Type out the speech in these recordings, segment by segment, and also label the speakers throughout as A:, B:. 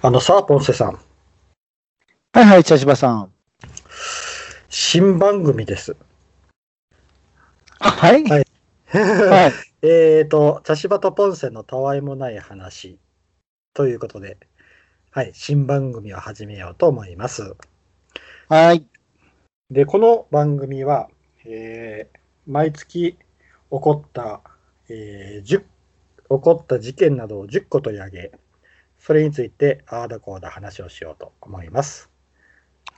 A: あのさ、ポンセさん、
B: はいはい、茶芝さん。
A: 新番組です。
B: はい
A: はい
B: はい。
A: えーと、茶芝とポンセのたわいもない話ということで、はい、新番組を始めようと思います。
B: はい。
A: で、この番組は、えー毎月起こった、えー10起こった事件などを10個取り上げ、それについて、ああだこうだ話をしようと思います。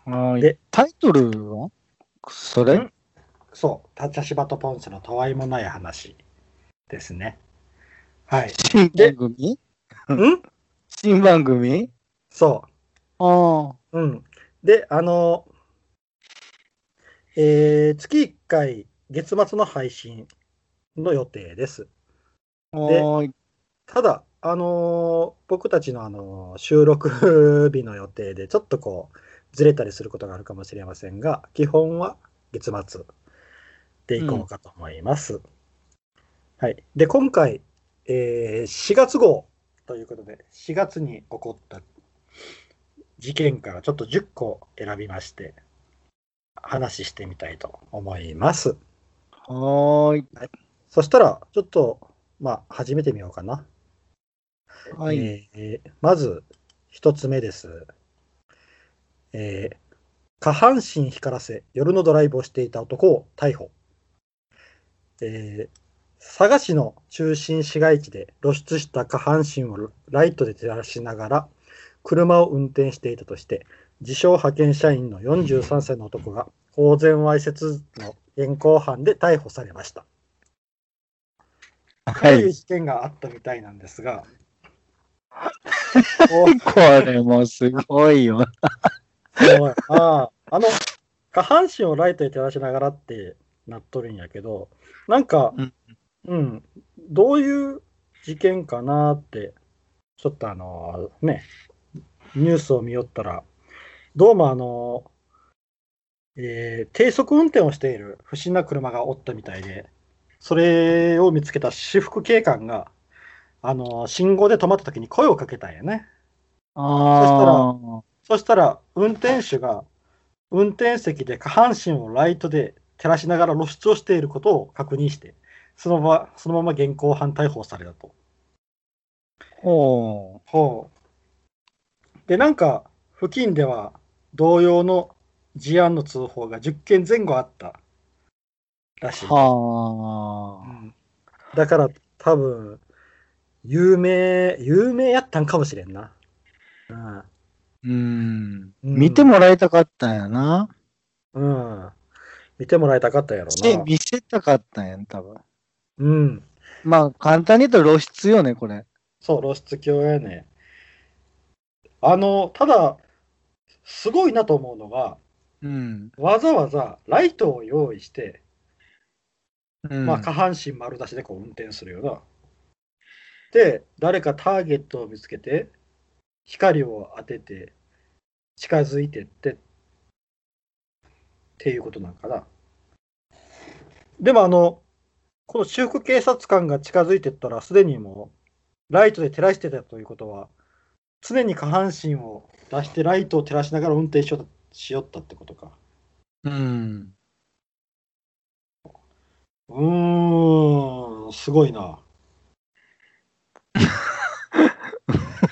B: はい
A: で
B: タイトルはそれ
A: んそう、茶芝とポンセのたわいもない話ですね。はい。
B: 新番組
A: ん
B: 新番組
A: そう。
B: あ
A: うん。で、あの、えー月1回、月末の配信の予定です。
B: あ。はい。
A: ただ、あのー僕たちの、あのー収録日の予定で、ちょっとこう、ずれたりすることがあるかもしれませんが、基本は月末でいこうかと思います。はい。で、今回、えー4月号ということで、4月に起こった事件からちょっと10個選びまして、話してみたいと思います。
B: はい。
A: そしたら、ちょっと、まあ、始めてみようかな。
B: はい。
A: えーまず一つ目です、えー下半身光らせ夜のドライブをしていた男を逮捕、えー佐賀市の中心市街地で露出した下半身をライトで照らしながら車を運転していたとして自称派遣社員の43歳の男が公然わいせつの現行犯で逮捕されました。
B: は
A: という
B: い。
A: 事件があったみたいなんですが
B: これもすごいよ。
A: そうああ、あの、下半身をライトで照らしながらってなっとるんやけど、なんか
B: うん、
A: うん、どういう事件かなって、ちょっとあの、ね、ニュースを見よったら、どうもあの、えー低速運転をしている不審な車がおったみたいで、それを見つけた私服警官が、あの、信号で止まった時に声をかけたんやね。
B: ああ。
A: そしたら運転手が運転席で下半身をライトで照らしながら露出をしていることを確認して、そのままそのまま現行犯逮捕されたと。
B: ほ
A: ほうで、なんか付近では同様の事案の通報が10件前後あったらし
B: う。
A: い。う
B: は
A: んだから多分有名、有名やったんかもしれんな。うん
B: あ。うん。
A: うん
B: 見てもらいたかったんやな。
A: うん、見てもらいたかったんやろ
B: で
A: な。
B: 見せたかったんやん、多分。
A: うん
B: まあ、簡単に言うと露出よね、これ。
A: そう、露出狂やね。あの、ただ、すごいなと思うのが、
B: うん。
A: わざわざライトを用意して、
B: うん
A: まあ、下半身丸出しでこう運転するような。で、誰かターゲットを見つけて、光を当てて、近づいてって、っていうことなんかな。でも、あの、この修復警察官が近づいてったら、すでにもう、ライトで照らしてたということは、常に下半身を出して、ライトを照らしながら運転しよったしよったってことか。
B: うん。
A: うーん、すごい な。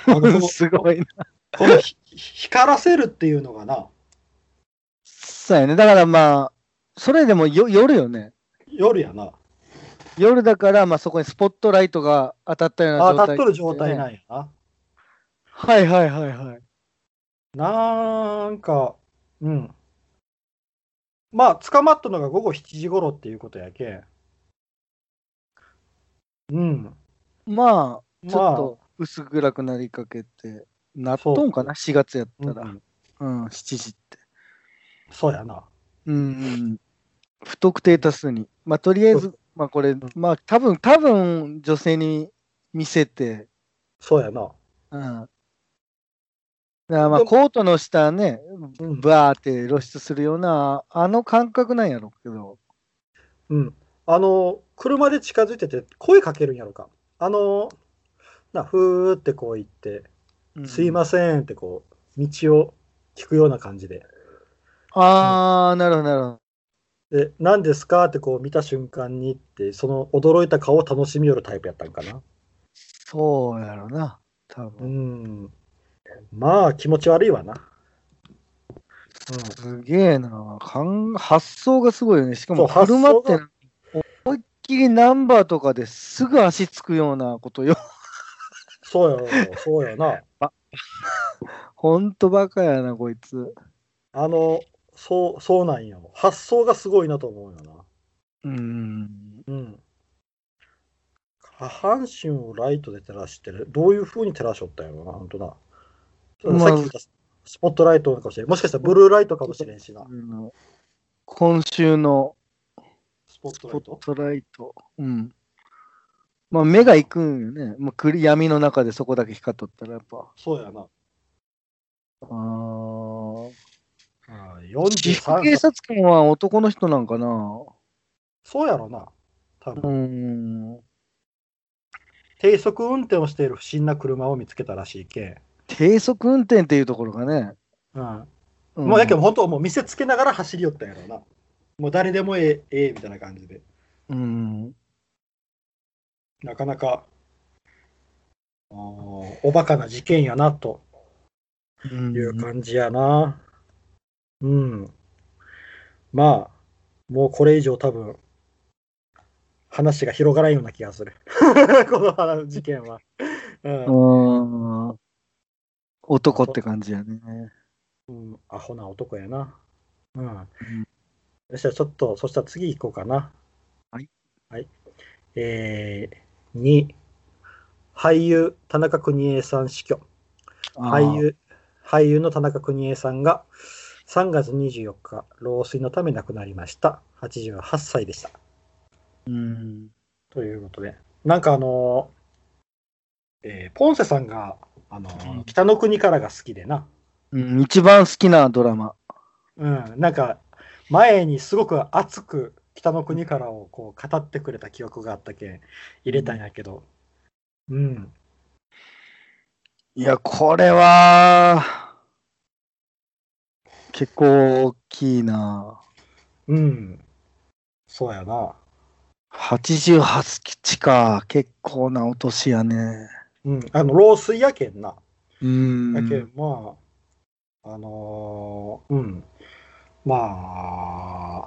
A: あのこの
B: すごい
A: このひ光らせるっていうのがな、
B: そうやね。だからまあ、それでもよ夜よね。
A: 夜やな。
B: 夜だから、まあそこにスポットライトが当たったような
A: あ、
B: 状態、
A: 立っとる状態なん
B: い。
A: やな。
B: はいはいはいはい。
A: なんか、うん。まあ、捕まったのが午後7時頃っていうことやけん。うん。
B: まあ、ちょっ
A: ま
B: と薄暗くなりかけて、なっとんかな、4月やっ
A: あ、う
B: たら。
A: ん、
B: うん、7時って。
A: そうやな。
B: うんうん。不特定多数に。まあとりあえず、まあこれ、まあ多分、多分女性に見せて、
A: そうやな。
B: うん。だからまあコートの下ね、
A: うん。
B: バーって露出するような、あの感覚なんやろうけど。
A: うん、あの車で近づいてて声かけるんやろかあのなふーってこう言ってすいませんってこう、道を聞くような感じで。
B: せん。ああ、なるほど、なるほど。
A: で、何ですかってこう見た瞬間にって、その驚いた顔を楽しみよるタイプやったんかな。
B: そうやろな。多
A: う
B: 分。
A: ん。まあ、気持ち悪いわな。うん。
B: すげえな。かん発想がすごいよね。しかも
A: そう発
B: 車
A: 想
B: って
A: が
B: 思いっきりナンバーとかですぐ足つくようなことよ。
A: そうよ、そうよな。
B: ほんとバカやな、こいつ。
A: あの、そう、そうなんよ。発想がすごいなと思うよな。
B: うん。
A: うん。下半身をライトで照らしてる。どういう風に照らしょったんやろうな、本当な。
B: まあ
A: さっき言ったスポットライトかもしれん。もしかしたらブルーライトかもしれんしな。
B: 今週の
A: スポット
B: ス
A: ラ
B: ポ
A: イト
B: ットライト。うん。まあ、目が行くんよね。もう暗闇の中でそこだけ光っとったら、やっぱ。
A: そうやな。
B: ああ。
A: あー
B: 私服
A: 43
B: 警察官は男の人なんかな。
A: そうやろな。多
B: う
A: 分
B: ん。
A: 低速運転をしている不審な車を見つけたらしいけん。
B: 低速運転っていうところがね。
A: うん。
B: うん
A: もうやけど、本当もう見せつけながら走り寄ったんやろな。もう誰でもええ、ええみたいな感じで。
B: うん。
A: なかなか、あーおバカな事件やなと
B: うん
A: いう感じやな。うん。まあ、もうこれ以上多分、話が広がらんような気がする。 この話事件は。うん。
B: うん男って感じやね。
A: うん、アホな男やな。うん。そしたらちょっと、そしたら次行こうかな。
B: はい。
A: はい。えー、2、俳優、田中邦衛さん死去。俳優俳優の田中邦衛さんが3月24日老衰のため亡くなりました88歳でした
B: あー。うん。
A: ということでなんかあのーえーポンセさんが、あのー
B: うん
A: 北の国からが好きでな、
B: うん一番好きなドラマ。
A: うん、なんか前にすごく熱く北の国からをこう語ってくれた記憶があったけん入れたんやけどうん
B: いや、これは、結構大きいな。
A: うんそうやな
B: 88基地か。結構なお年やね。
A: うんあの老衰やけんな
B: うん。
A: だけど、まあ、あのーうん、まあ、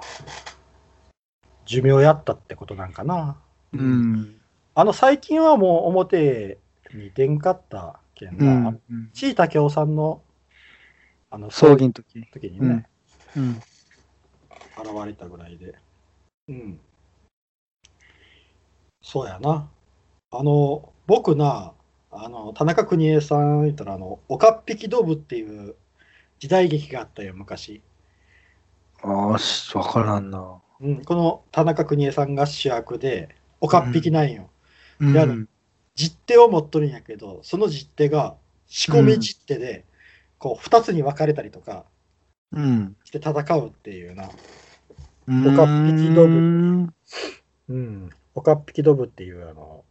A: 寿命やったってことなんかな。
B: うん。
A: あの、最近はもう表に出んかったけん
B: う
A: な、
B: ん。
A: ちいたけおさんの、あの、
B: 葬儀の時。
A: 時にね、
B: うん。
A: 現れたぐらいで。うん。そうやな。あの、僕な、あの、田中邦衛さん言ったら、あの、おかっぴきドブっていう時代劇があったよ、昔。
B: ああ、しわからんな。
A: うん、この田中邦衛さんが主役で、おかっぴきなんよ。
B: うん
A: やる実手を持っとるんやけど、その実手が仕込み実手で、こう、二つに分かれたりとか
B: うん。
A: して戦うっていうな。
B: お
A: かっぴきドブ
B: ブ。
A: うん。おかっぴきドブっていうあの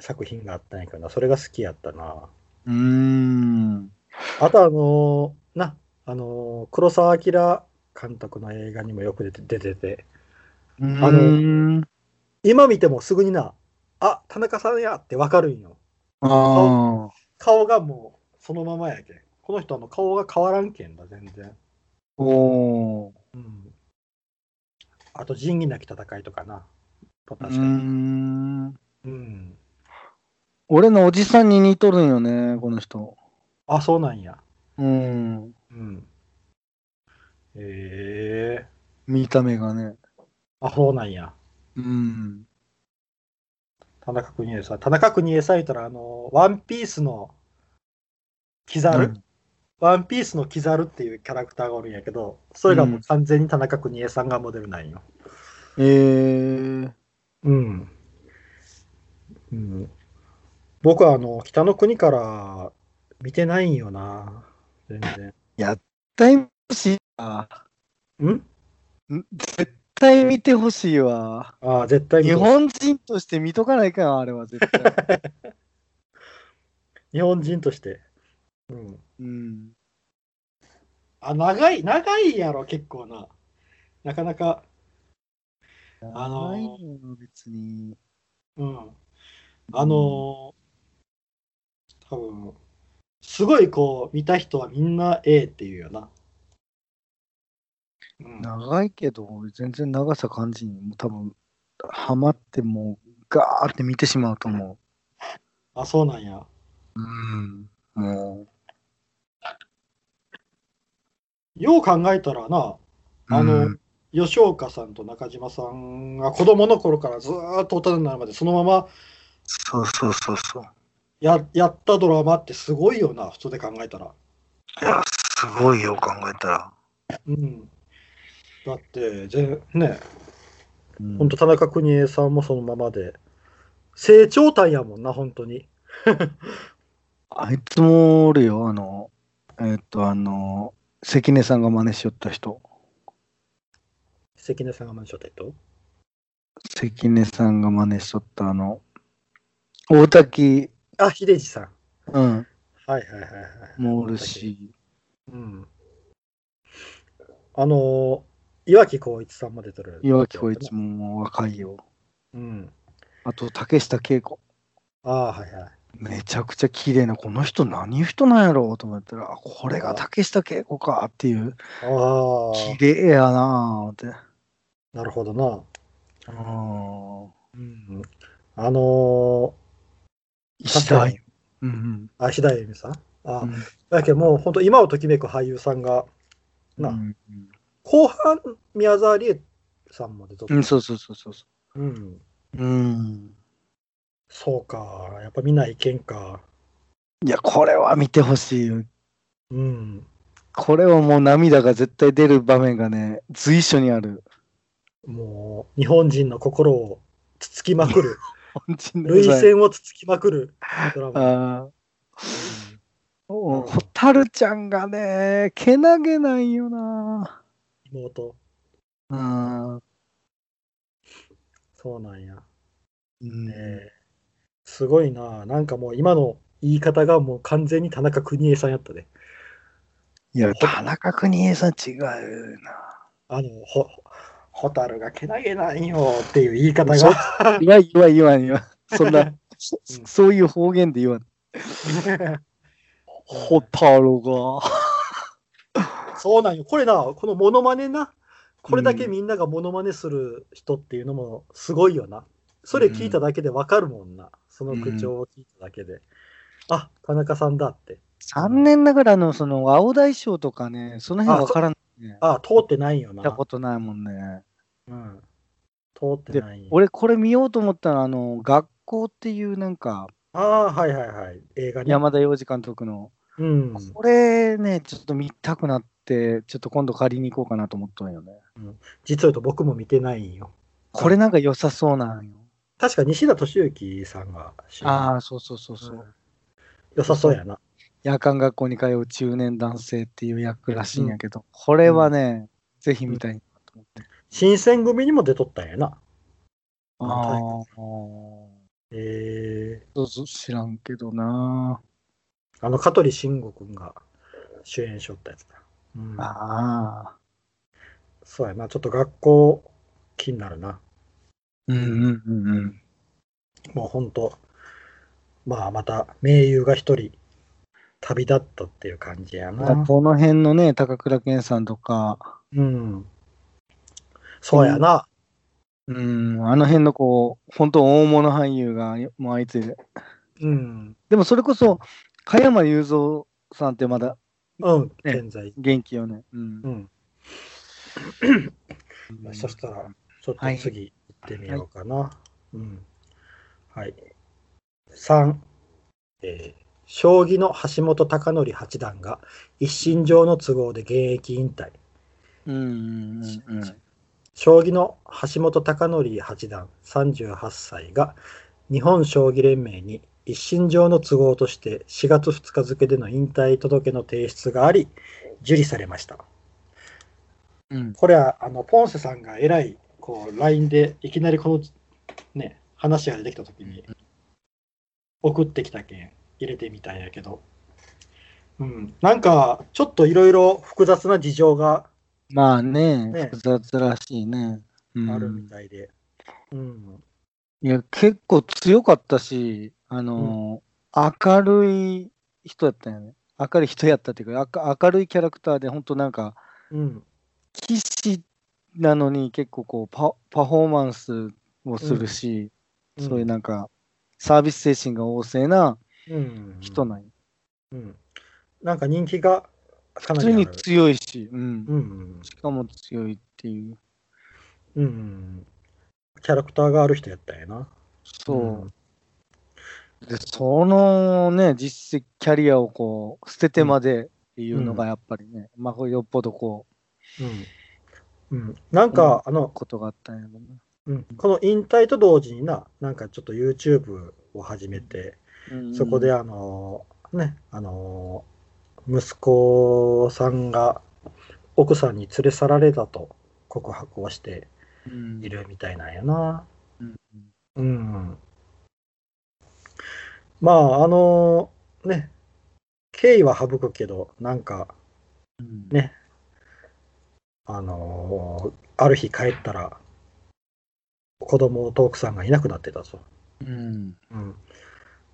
A: 作品があったんやけどな、それが好きやったな。
B: うーん。
A: あとあのーな、あのー黒澤明監督の映画にもよく出て出てて、
B: あ
A: あの、今見てもすぐにな、あ田中さんやってわかるんよ。
B: ああ。
A: 顔がもうそのままやけん。この人あの顔が変わらんけんだ、全然。
B: おー
A: うん。あと、仁義なき戦いとかな。確か
B: うー
A: に。
B: ん。
A: うん。
B: 俺のおじさんに似とるんよね、この人。
A: あ、そうなんや。
B: うん。
A: うん。ええ
B: 見た目がね。
A: あ、そうなんや。
B: うん。
A: 田中邦衛さん。田中邦衛さん言ったら、あの、ワンピースのキザル、ワンピースのキザルっていうキャラクターがおるんやけど、それがもう完全に田中邦衛さんがモデルなんよ。
B: えー。
A: うん。うん、僕は、あの、北の国から見てないんよな。全
B: やったいほしいわ。
A: 然。ん
B: ん絶対見てほしいわ。
A: ああ、絶対見
B: 日
A: てほしい
B: 本人 として見とかないかん、あれは絶対。
A: 日本人として。うん。
B: うん。
A: あ、長い、長いやろ、結構な。なかなか、あのー
B: ないよ別に。
A: うん。あのー多分、すごいこう、見た人はみんな A っていうよな。うん。
B: 長いけど、俺全然長さ感じに、もう多分、ハマってもう、ガーって見てしまうと思
A: あ、そうなんや。
B: う。うん。も
A: よう考えたらな、
B: う、
A: あの、
B: うん
A: 吉岡さんと中島さんが子供の頃からずーっと大人になるまでそのまま
B: そうそうそうそう。
A: ややったドラマってすごいよな、普通で考えたら。
B: いや、すごいよ、考えたら。
A: うん。だって、ぜね、
B: うん
A: 本当田中邦衛さんもそのままで、成長体やもんな、本当に。
B: あいつもおるよ、あの、えーっと、あの、関根さんが真似しよった人。
A: 関根さんがマンションテッド
B: 関根さんが真似しとった、あの、大滝、
A: あ、秀治さん。
B: うん、
A: はいはいはいはい。
B: もおる。し、
A: うん。あのー、岩城浩一さんも出てる。
B: 岩城浩一ももう若いよ。
A: うん。
B: あと、竹下恵子。
A: ああ、はいはい。
B: めちゃくちゃ綺麗な、この人何いう人なんやろうと思ったら、あこれが竹下恵子かっていう、
A: あ
B: 綺麗やなぁって。
A: あ、なるほどな。
B: うん。
A: うん、あの
B: 石田ゆ。うんうん。
A: ー、あ、ひだゆみさんあ、
B: うん
A: だけどもう本当今をときめく俳優さんが、な、
B: うん
A: 後半、宮沢りえさんも出とった
B: うん、そうそうそうそうそ
A: うん。
B: う。うん。
A: そうか、やっぱ見ないけんか。
B: いや、これは見てほしいよ。
A: うん。
B: これはもう涙が絶対出る場面がね、随所にある。
A: もう、日本人の心をつつきまくる。
B: 本人の
A: 涙腺をつつきまくるドラマ。
B: あーおほたるちゃんがね、けなげないよな。
A: うん妹。
B: うん。
A: そうなんや。ね
B: ね
A: えすごいな。なんかもう今の言い方がもう完全に田中邦衛さんやったね。
B: いや、田中邦衛さん違うな。
A: あの、ほ、ホタルがけなげないよっていう言い方
B: そう
A: が。
B: いわいわいわいわん。そん な、そそういう方言で言わん。ほたるが。
A: そうなんよ。これな、このモノマネな。これだけみんながモノマネする人っていうのもすごいよな。それ聞いただけでわかるもんな。その口調を聞いただけで。あ、田中さんだって。
B: 残念ながらあの、その、青大将とかね、その辺わからん。ね、
A: あ、通ってないよ
B: 見
A: な。
B: たことないもんね。
A: うん。通ってない。
B: 俺、これ見ようと思ったら、あの、学校っていうなんか、
A: ああ、はいはいはい。映画ね。
B: 山田洋次監督の、
A: うん。
B: これね、ちょっと見たくなって、ちょっと今度借りに行こうかなと思ったんよね。
A: 実を言うと僕も見てないんよ。
B: これなんか良さそうなんよ。
A: 確か西田敏行さんが主演
B: ああ、そうそうそうそうう、
A: ん良さそうやな。
B: 夜間学校に通う中年男性っていう役らしいんやけど、これはね、ぜひ見たいなと思って。
A: 新選組にも出とったんやな。うん
B: ああ、
A: え
B: そうそう、知らんけどな。
A: ー、あの香取慎吾君が主演しよったやつだ。うん、
B: ああ、
A: そうやな。ちょっと学校気になるな。
B: うんうんうんうん。
A: もうほんと、まあまた名優が一人旅立ったっていう感じやな。
B: この辺のね、高倉健さんとか、
A: うん。そうやな。
B: うん、あの辺のこう、本当大物俳優がもう相次いで
A: うん。
B: でもそれこそ、加山雄三さんってまだ
A: うん、
B: ね
A: 現在。
B: 元気よね。うん
A: う。ん。そしたら、ちょっと次行ってみようかな。うん。はい。3、えー将棋の橋本貴則八段が一身上の都合で現役引退。
B: うんうんうんうん。
A: 将棋の橋本貴則八段38歳が日本将棋連盟に一身上の都合として4月2日付での引退届の提出があり受理されました。
B: うん、
A: これはあのポンセさんがえらいこう LINE でいきなりこのね話が出てきた時に送ってきた件入れてみたんやけどうん、なんか、ちょっといろいろ複雑な事情が
B: まあね、
A: ね
B: 複雑らしいね。うん、
A: あるみたいで。うん。
B: いや、結構強かったし、あのー明るい人やったよね。明るい人やったっていうか、明明るいキャラクターで、本当なんか、
A: うん。
B: 騎士なのに結構こうパ、パフォーマンスをするし、
A: うん
B: そういうなんか、サービス精神が旺盛な
A: うん。
B: 人なんよ
A: うん。なんか人気がかな
B: 普
A: りあ
B: 通
A: る
B: に強いし、うん
A: う。ん。
B: しかも強いっていう。
A: うん。キャラクターがある人やったんやな。
B: そう。で、そのね、実績、キャリアをこう、捨ててまでっていうのがやっぱりね、まあ、これよっぽどこう、
A: うん。うん。なんか、あの、
B: ことがあったんやろな。
A: うん、この引退と同時にな、なんかちょっと YouTube を始めて、そこで、あのね、あの息子さんが奥さんに連れ去られたと告白をして
B: うん、
A: いるみたいなんやな。
B: うん。
A: うん。まあ、あのね、経緯は省くけど、なんか、
B: うん。
A: ねあのある日帰ったら、子供と奥さんがいなくなってたと。
B: うん。
A: うん、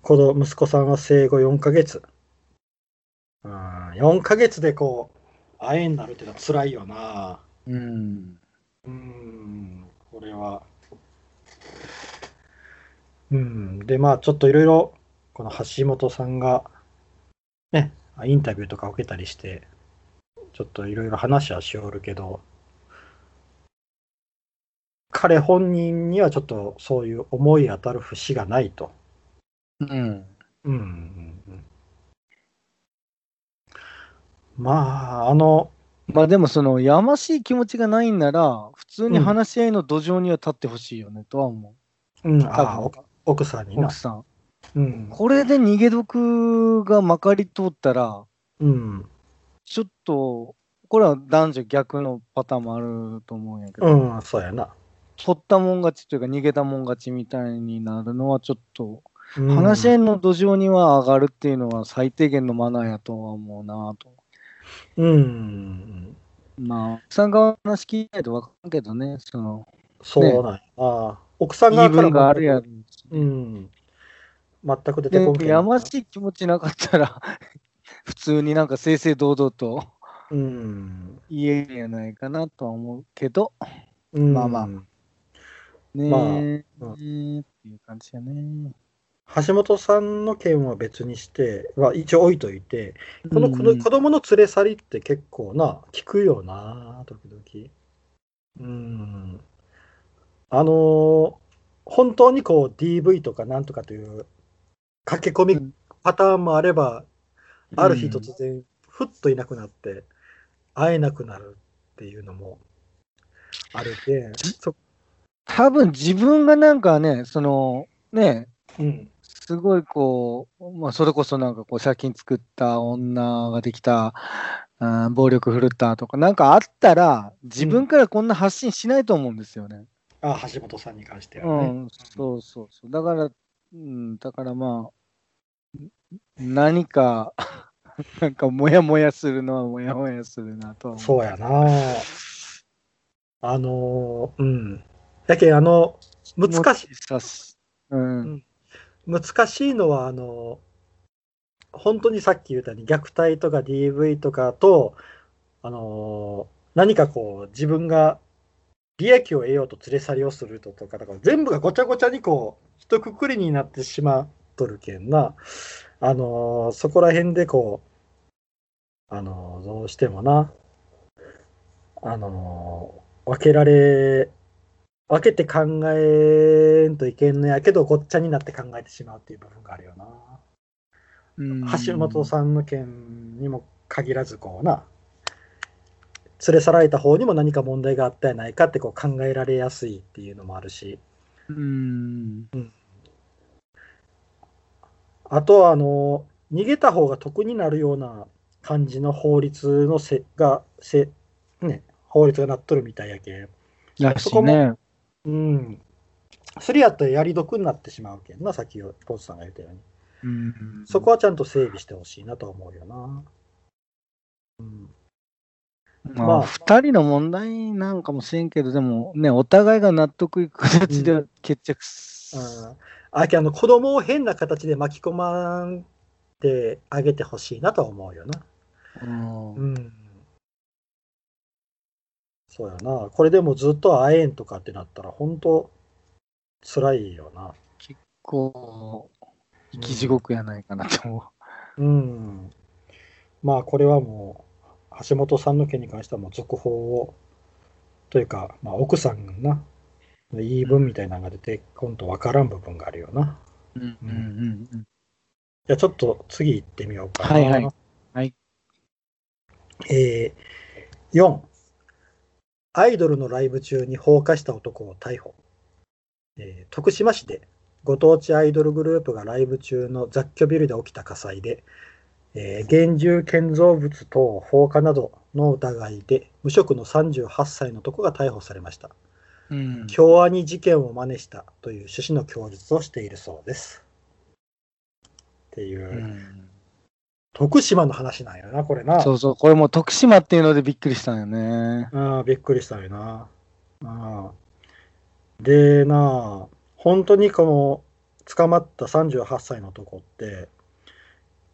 A: この息子さんは生後4ヶ月。うん、4ヶ月でこう、あえになるってのは辛いよな。
B: うん。
A: うん、これは。うん、で、まあ、ちょっといろいろ、この橋本さんが、ね、インタビューとか受けたりして、ちょっといろいろ話はしおるけど、彼本人にはちょっとそういう思い当たる節がないと。
B: うん。
A: うんうんうんまあ、あの、
B: まあでも、その、やましい気持ちがないんなら、普通に話し合いの土壌には立ってほしいよね、とは思
A: うん、
B: う。
A: あ
B: 多分
A: 奥さんにな
B: 奥。さん。
A: うん、
B: これで逃げ毒がまかり通ったら、
A: うん、
B: ちょっと、これは男女逆のパターンもあると思うんやけど、
A: うん、そうやな。
B: 取ったもん勝ちというか逃げたもん勝ちみたいになるのはちょっと、
A: うん
B: 話し合いの土壌には上がるっていうのは最低限のマナーやとは思うなぁと。
A: うん、
B: まあ、奥さんが話聞いてないと分かんけどね、その、
A: そうなんやな。奥さん
B: 言い
A: 側から
B: 分
A: も
B: があるやろうし
A: うん。全く出て
B: で
A: こんけ、ど。
B: やましい気持ちなかったら、 普通になんか正々堂々と
A: うん。
B: 言えるんやないかなとは思うけど、
A: うん
B: まあまあねえ、
A: まあ
B: っていう感じやね。
A: 橋本さんの件は別にして、まあ、一応置いといて、この
B: うん
A: 子の子供の連れ去りって結構な、聞くよな、時々。うん。あのー本当にこう DV とかなんとかという駆け込みパターンもあれば、ある日突然、ふっといなくなって、会えなくなるっていうのもあるけんそ
B: 多分自分がなんかね、そのね、
A: うん。
B: すごいこう、まあ、それこそなんかこう借金作った女ができた、あー暴力振るったとか、なんかあったら、自分からこんな発信しないと思うんですよね。
A: あ、橋本さんに関して
B: う
A: はね。
B: ん、そうそうそう。だから、うん、だからまあ、ん何か、 なんかもやもやするのはもやもやするなとは思う。
A: そうやな。あのーうん。やけんあの、難しい、
B: さし。うん。
A: 難しいのは、あの本当にさっき言ったように、虐待とか DV とかと、あのー何かこう、自分が利益を得ようと連れ去りをするとか、だから全部がごちゃごちゃにこう、一括りになってしまっとるけんな、あのーそこら辺でこう、あのーどうしてもな、あのー分けられ、分けて考えんといけんのやけど、ごっちゃになって考えてしまうっていう部分があるよな。
B: うん
A: 橋本さんの件にも限らずこうな連れ去られた方にも何か問題があったやないかってこう考えられやすいっていうのもあるし
B: うん。
A: あとはあの逃げた方が得になるような感じの法律のせがせ、ね、法律がなっとるみたいやけん
B: ら
A: そ
B: し
A: こ
B: い
A: も
B: ね。
A: うんそれやったらやり得になってしまうけんなさっきポーズさんが言ったように
B: うん
A: そこはちゃんと整備してほしいなとは思うよな。うん、
B: ま
A: まあ
B: あ、二人の問題なんかもしれんけど、でもね、お互いが納得いく形
A: う
B: で決着す、
A: うん、あけあの子供を変な形で巻き込まんであげてほしいなとは思うよな。
B: うん
A: うん。そうやな。これでもずっと会えんとかってなったら、本当辛いよな。
B: こう、生き地獄やないかなと思う。
A: うん。まあ、これはもう、橋本さんの件に関してはもう続報を、というか、まあ、奥さんがな、言い分みたいなのが出て、今度わからん部分があるよな。
B: うんうんうんうん
A: じゃあちょっと次行ってみようかな。
B: はいはいはい
A: えー、4、アイドルのライブ中に放火した男を逮捕。えー徳島市でご当地アイドルグループがライブ中の雑居ビルで起きた火災で、えー現住建造物等放火などの疑いで無職の38歳の男が逮捕されました。
B: うん
A: 京アニ事件を真似したという趣旨の供述をしているそうです。っていう。
B: うん
A: 徳島の話なんやな、これな。
B: そうそう、これもう徳島っていうのでびっくりしたんよね。
A: うん、びっくりしたよな。うん、でなあ、本当にこの捕まった38歳の男って、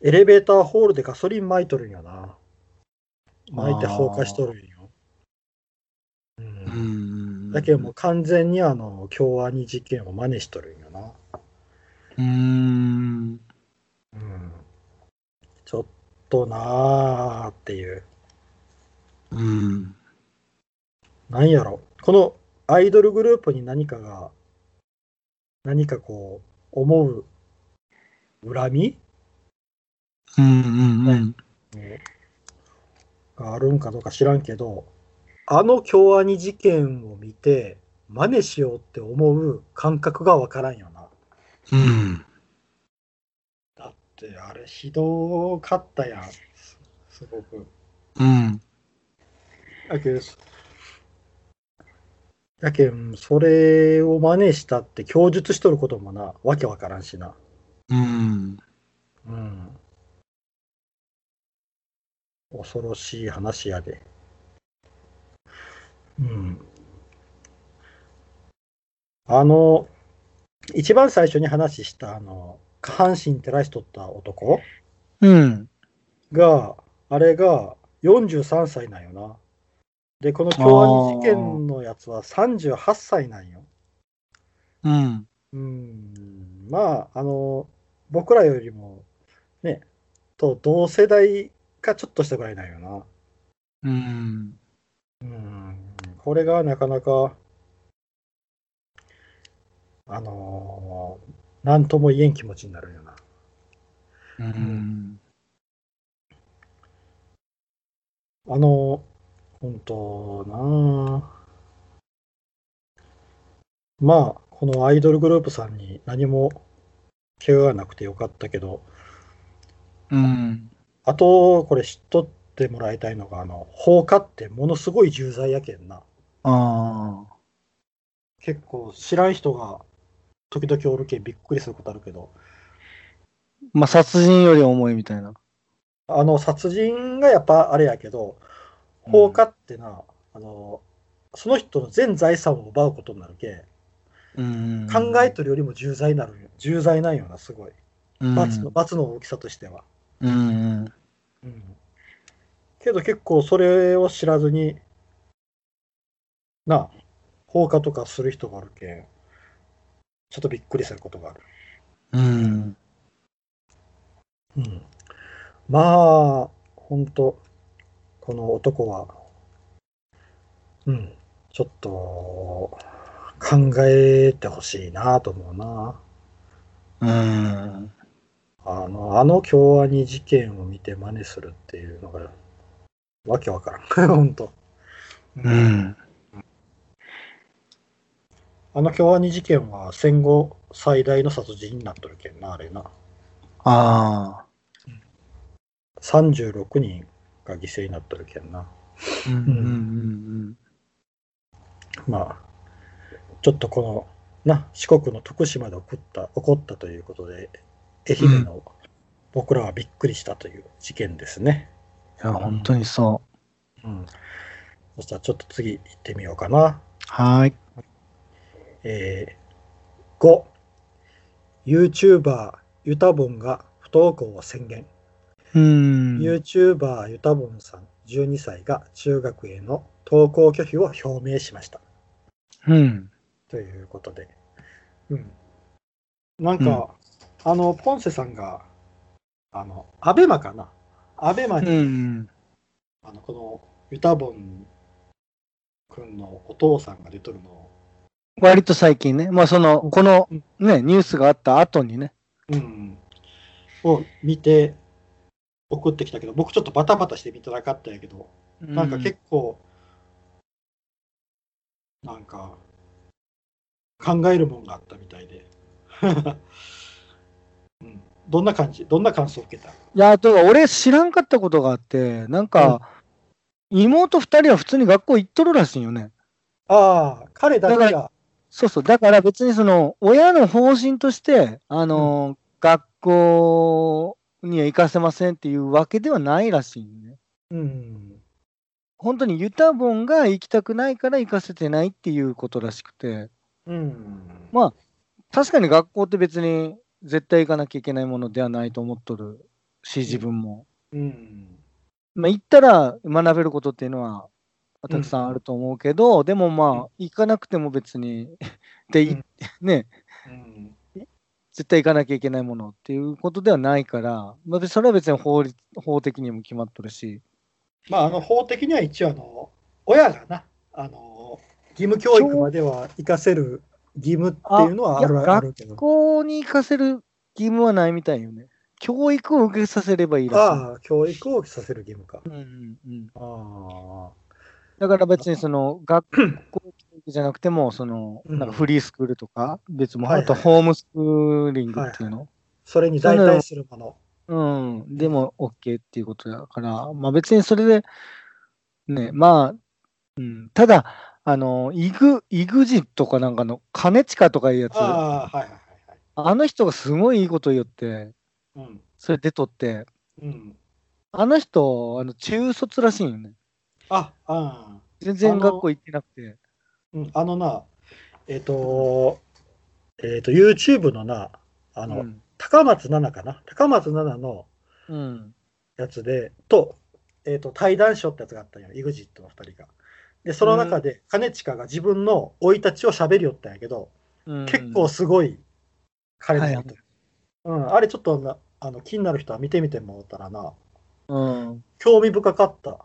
A: エレベーターホールでガソリン撒いとるんよな。撒いて放火しとるんよ。う
B: うんん
A: だけどもう完全にあの京アニ事件を真似しとるんよな。
B: うん。
A: うん、ちょっとなあっていう。
B: うん。
A: なんやろこのアイドルグループに何かが何かこう思う恨み
B: うんうんうん。
A: があるんかどうか知らんけどあの京アニ事件を見て真似しようって思う感覚がわからんよな
B: うん。
A: だってあれひどかったやんすすごく
B: うん。
A: だけどだけんそれを真似したって供述しとることもなわけわからんしな
B: うん。
A: うん。恐ろしい話やで。うん。あの、一番最初に話した、あの、下半身照らしとった男
B: うん。
A: が、あれが43歳なんよな。で、この京アニ事件のやつは38歳なんよ。
B: うん。
A: うんまあ、あの、僕らよりも、ね、と同世代かちょっとしたぐらいなんよな。
B: うん。
A: うん、これがなかなか、あのーなんとも言えん気持ちになるよな。
B: うん。
A: あの、本当なあまあ、このアイドルグループさんに何も怪我がなくてよかったけど、
B: うん。
A: あと、これ知っとってもらいたいのが、あの、放火ってものすごい重罪やけんな。
B: ああ。
A: 結構知らん人が時々おるけんびっくりすることあるけど、
B: まあ、殺人より重いみたいな。
A: あの、殺人がやっぱあれやけど、放火ってな、あの、その人の全財産を奪うことになるけ
B: うん
A: ん、考えとるよりも重罪になるんよ。重罪なんよな、すごい。罰の、罰の大きさとしては。
B: うん。
A: うん。けど結構それを知らずに、なあ、放火とかする人があるけん、ちょっとびっくりすることがある。
B: うん。
A: うん。まあ、ほんと、この男は、うん、ちょっと、考えてほしいなと思うな。
B: うん。
A: あの、あの京アニ事件を見て真似するっていうのが、わけわからん。 ほんと。
B: うん。
A: あの京アニ事件は戦後最大の殺人になっとるけんな、あれな。
B: ああ。
A: 36人が犠牲になっとるけんな。
B: うん。うん。
A: まあ、ちょっとこの、な、四国の徳島で起こった、起こったということで、愛媛の僕らはびっくりしたという事件ですね。
B: いや、本当にそう。
A: うん。そしたらちょっと次行ってみようかな。
B: はい。
A: えー、5、YouTuber ユタボンが不登校を宣言。
B: うん。
A: YouTuber ユタボンさん12歳が中学への登校拒否を表明しました。
B: うん。
A: ということで。うん。なんか、あの、ポンセさんが、あの、アベマかな。アベマ
B: う
A: に、
B: ん。
A: あの、この、ユタボンくんのお父さんが出とるのを、
B: 割と最近ね、まあその、このね、ニュースがあった後にね。
A: うん、を見て送ってきたけど僕ちょっとバタバタして見てなかったんやけどなんか結構、なんか考えるもんがあったみたいで、 うん、どんな感じどんな感想を受けた
B: いや、とか俺知らんかったことがあって、なんか、妹二人は普通に学校行っとるらしいよね。
A: ああ彼だけ
B: だか
A: が
B: そうそう。だから別にその、親の方針として、あのー、学校には行かせませんっていうわけではないらしいよね。
A: うん
B: 本当にユタボンが行きたくないから行かせてないっていうことらしくて、
A: うん
B: まあ確かに学校って別に絶対行かなきゃいけないものではないと思っとるし、自分も。
A: うん
B: まあ、行ったら学べることっていうのはたくさんあると思うけど、でもまあ行かなくても別に で、い
A: うん
B: ね
A: うん
B: 絶対行かなきゃいけないものっていうことではないから、まあ、それは別に法律法的にも決まっとるし
A: まああの法的には一応あの親がなあの義務教育までは生かせる義務っていうのはある
B: あいや
A: あるけど
B: 学校に行かせる義務はないみたいよね教育を受けさせればいいら
A: ああ、教育をさせる義務か
B: し。い、うんうんうん、
A: ああ、
B: だから別にその学校教育じゃなくてもその
A: うん
B: なんかフリースクールとか別にも
A: はい
B: あ
A: はい
B: とホームスクーリングっていうの、
A: それに代替するもの。
B: うん、でも OK っていうことだから、まあ別にそれで、ね、まあ、うん、ただ、あの、イグ、イグジとかなんかの、兼近とかいうやつ、あ
A: ああ、はいはいはい
B: の人がすごいいいこと言って、
A: はい。うん。
B: それ出とって、
A: うん。
B: あの人、あの、中卒らしいんよね。
A: あ、あ
B: 全
A: あ
B: 然
A: の
B: 学校行ってなくて。
A: ーうん。あのな、えっ、と、えっ、と、YouTube のな、あ
B: あ
A: の、
B: うん。
A: 高松菜奈かな高松菜奈の
B: うん。
A: やつで、と、えっ、と、対談書ってやつがあったんよ、EXIT の二人が。で、その中で、兼近が自分の生い立ちを喋りよったんやけど、
B: うん
A: 結構、すごい彼だなと、うん、あれちょっとなあの気になる人は見てみてもらったらな
B: うん。
A: 興味深かった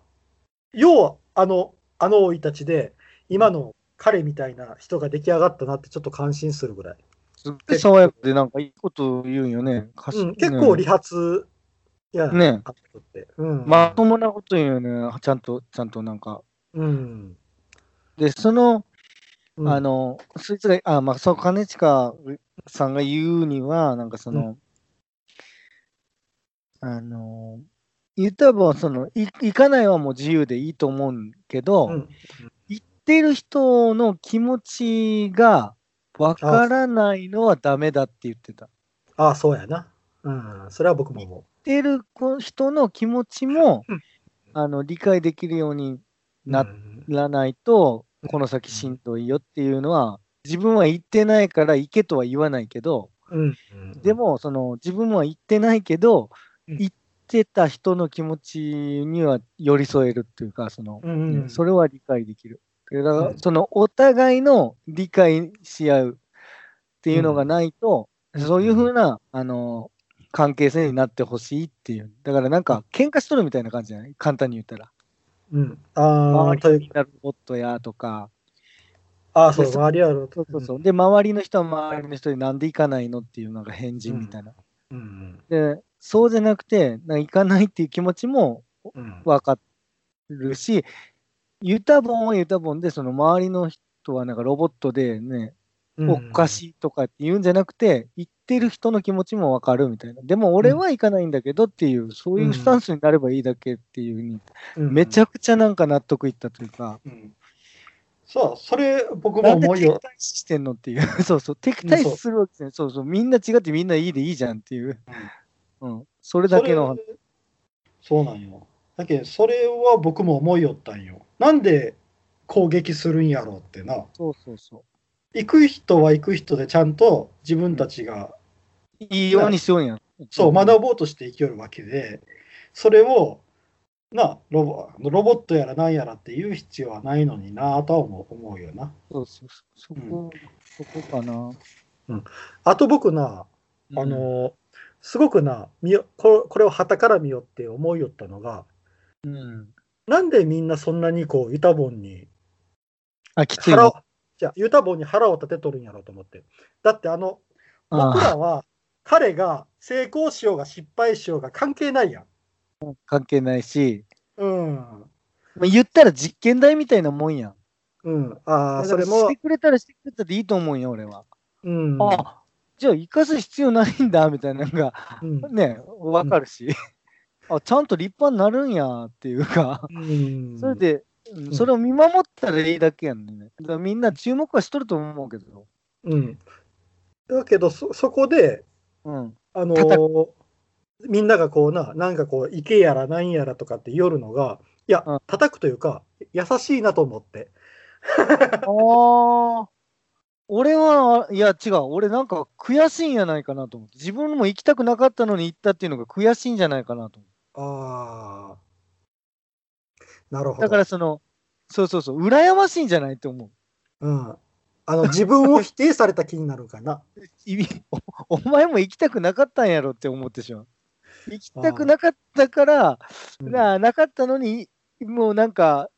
A: 要はあのあの生い立ちで今の彼みたいな人が出来上がったなってちょっと感心するぐらい、
B: すっごい爽やかで、なんかいいこと言うんよね。賢
A: う
B: い
A: ん、結構理髪や、
B: ねね。
A: あった人って、うん、
B: まともなこと言うんよね。ちゃんと、ちゃんとなんか。
A: うん、
B: で、その、
A: うん
B: あの、そいつが、あ、まあ、そう、兼近さんが言うには、なんかその、あの、言ったら、その、い行かないはもう自由でいいと思うけど、
A: うん
B: 行ってる人の気持ちがわからないのはダメだって言ってた。行っ
A: ああそうやな、うん、それは僕も思
B: てる子人の気持ちも
A: うん、
B: あの、理解できるように
A: う
B: な
A: うん
B: らないと、この先しんどいよっていうのは、自分は行ってないから行けとは言わないけど、
A: うん
B: でも、その自分は行ってないけど、
A: うん
B: 行ってた人の気持ちには寄り添えるっていうか、その、
A: うんうん
B: それは理解できる。だから
A: うん
B: そのお互いの理解し合うっていうのがないと、
A: うん
B: そういうふうな、あの、関係性になってほしいっていう。だからなんか、喧嘩しとるみたいな感じじゃない簡単に言ったら。
A: うん、ああとい
B: 周
A: う
B: りになるロボットやとか、
A: ああそう
B: でそ
A: 周りやろ
B: そうそうそう。で、周りの人は周りの人になんで行かないのっていうのが返事みたいな。
A: うん
B: で、そうじゃなくて、な行かないっていう気持ちも
A: うん
B: 分かるし、ユタボンはユタボンで、その周りの人はなんかロボットでね、
A: うん
B: おかしいとかって言うんじゃなくて、行ってる人の気持ちも分かるみたいな。でも俺は行かないんだけどっていう、そういうスタンスになればいいだけっていうふうに、
A: うん
B: めちゃくちゃなんか納得いったというか、
A: うんそう、それ僕も
B: なんで
A: 思い
B: 敵
A: を
B: 対。視してんのっていう。そうそう。敵対視するわけですね。そうそう。みんな違ってみんないいでいいじゃんっていう。うん。それだけの話。
A: それそうなんよ。だけど、それは僕も思いよったんよ。なんで攻撃するんやろうってな。
B: そうそうそ
A: 行く人は行く人でちゃんと自分たちが、
B: う。いいようにしようや。
A: そう、学ぼうとして生きよるわけで、それを、なロボロボットやらなんやらって言う必要はないのになとは思う思うよな。
B: そうそうそう。そこ、そこかな。
A: あと僕な、あの、すごくな見よこ、これを旗から見よって思いよったのが、
B: うん、うん。
A: なんでみんなそんなにこう、ユタボンに
B: あ、きつい
A: 腹
B: の
A: を、じゃあユタボンに腹を立てとるんやろうと思って。だってあの、僕
B: ああ
A: らは、彼が成功しようが失敗しようが関係ないやん。
B: 関係ないし、
A: うん。
B: まあ、言ったら実験台みたいなもんやん。
A: うん。ああ、
B: だ
A: そ
B: から
A: れも
B: して、くれたらしてくれたでいいと思うんや、俺は。
A: うん。
B: あじゃあ、生かす必要ないんだ、みたいなのが、
A: うん
B: ね、わかるし、あ、ちゃんと立派になるんや、っていうか、
A: うん
B: それで、うんそれを見守ったらいいだけやんね。だからみんな注目はしとると思うけど。
A: うん。だけど、そ、そこで、
B: うん。
A: あの
B: 叩
A: ーみんながこうな、なんかこう、池やらなんやらとかって言おるのが、いや
B: うん、
A: 叩くというか、優しいなと思って。
B: ああ。俺は、いや違う、俺なんか悔しいんやないかなと思って、自分も行きたくなかったのに行ったっていうのが悔しいんじゃないかなと思
A: ああ。なるほ
B: う。
A: ど。
B: だからその、そうそうそう、羨ましいんじゃないと思う。
A: うん。あの、自分を否定された気になるか な。
B: いおお前も行きたくなかったんやろって思ってしまう。行きたくなかったから、
A: うん
B: ななかったのに、もうなんか、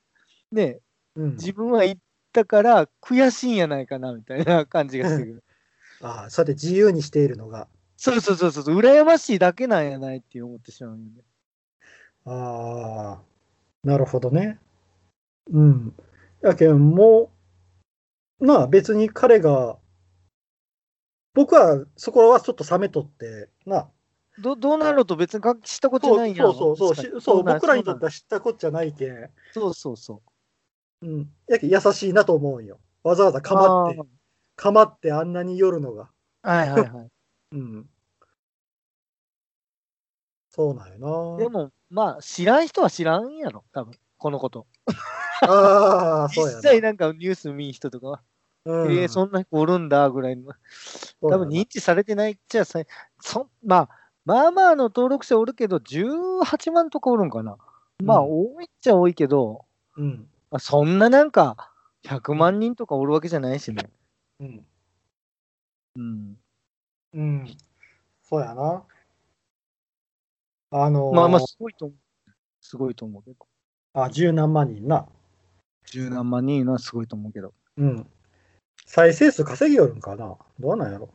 B: ね、
A: うん
B: 自分は行ったから悔しいんやないかなみたいな感じがしてく る。
A: ああ、それで自由にしているのが。
B: そうそうそうそう、羨ましいだけなんやないって思ってしまうよね。
A: ああ、なるほどね。うん。やけん、もう、なあ、別に彼が、僕はそこはちょっと冷めとって、な
B: どどうなると別に関係したこと
A: そ
B: な
A: う
B: いやん。
A: そうそう
B: 確
A: そ
B: か
A: う、しそう、僕らにとって
B: そう
A: は知ったこっちゃないけん、
B: そうそうそ
A: うん。やけん優しいなと思うんよ。わざわざ
B: う。
A: かまって
B: あ、
A: かまってあんなに寄るのが。
B: ーはいはいはい。
A: うん。そうなんよな。
B: でも、まあ、知らん人は知らんやろ、多分このこと。
A: ああ、そうや
B: 実
A: な。
B: 際なんかニュース見ん人とかは、
A: うん
B: えーそんな人おるんだぐらいの、
A: そうや
B: 多
A: な
B: 分認知されてないっちゃさ、そんまあ、まあまあの登録者おるけど、18万とかおるんかな。まあ、
A: うん
B: 多いっちゃ多いけど、
A: うん。
B: まあ、そんななんか、100万人とかおるわけじゃないしね。
A: うん。
B: うん、
A: うん。そうやな。あのー
B: まあまあ、すごいと思う。すごいと思うけど。
A: あ、十何万人な。
B: 十何万人いるのはすごいと思うけど。
A: うん。再生数稼ぎよるんかな。どうなんやろ。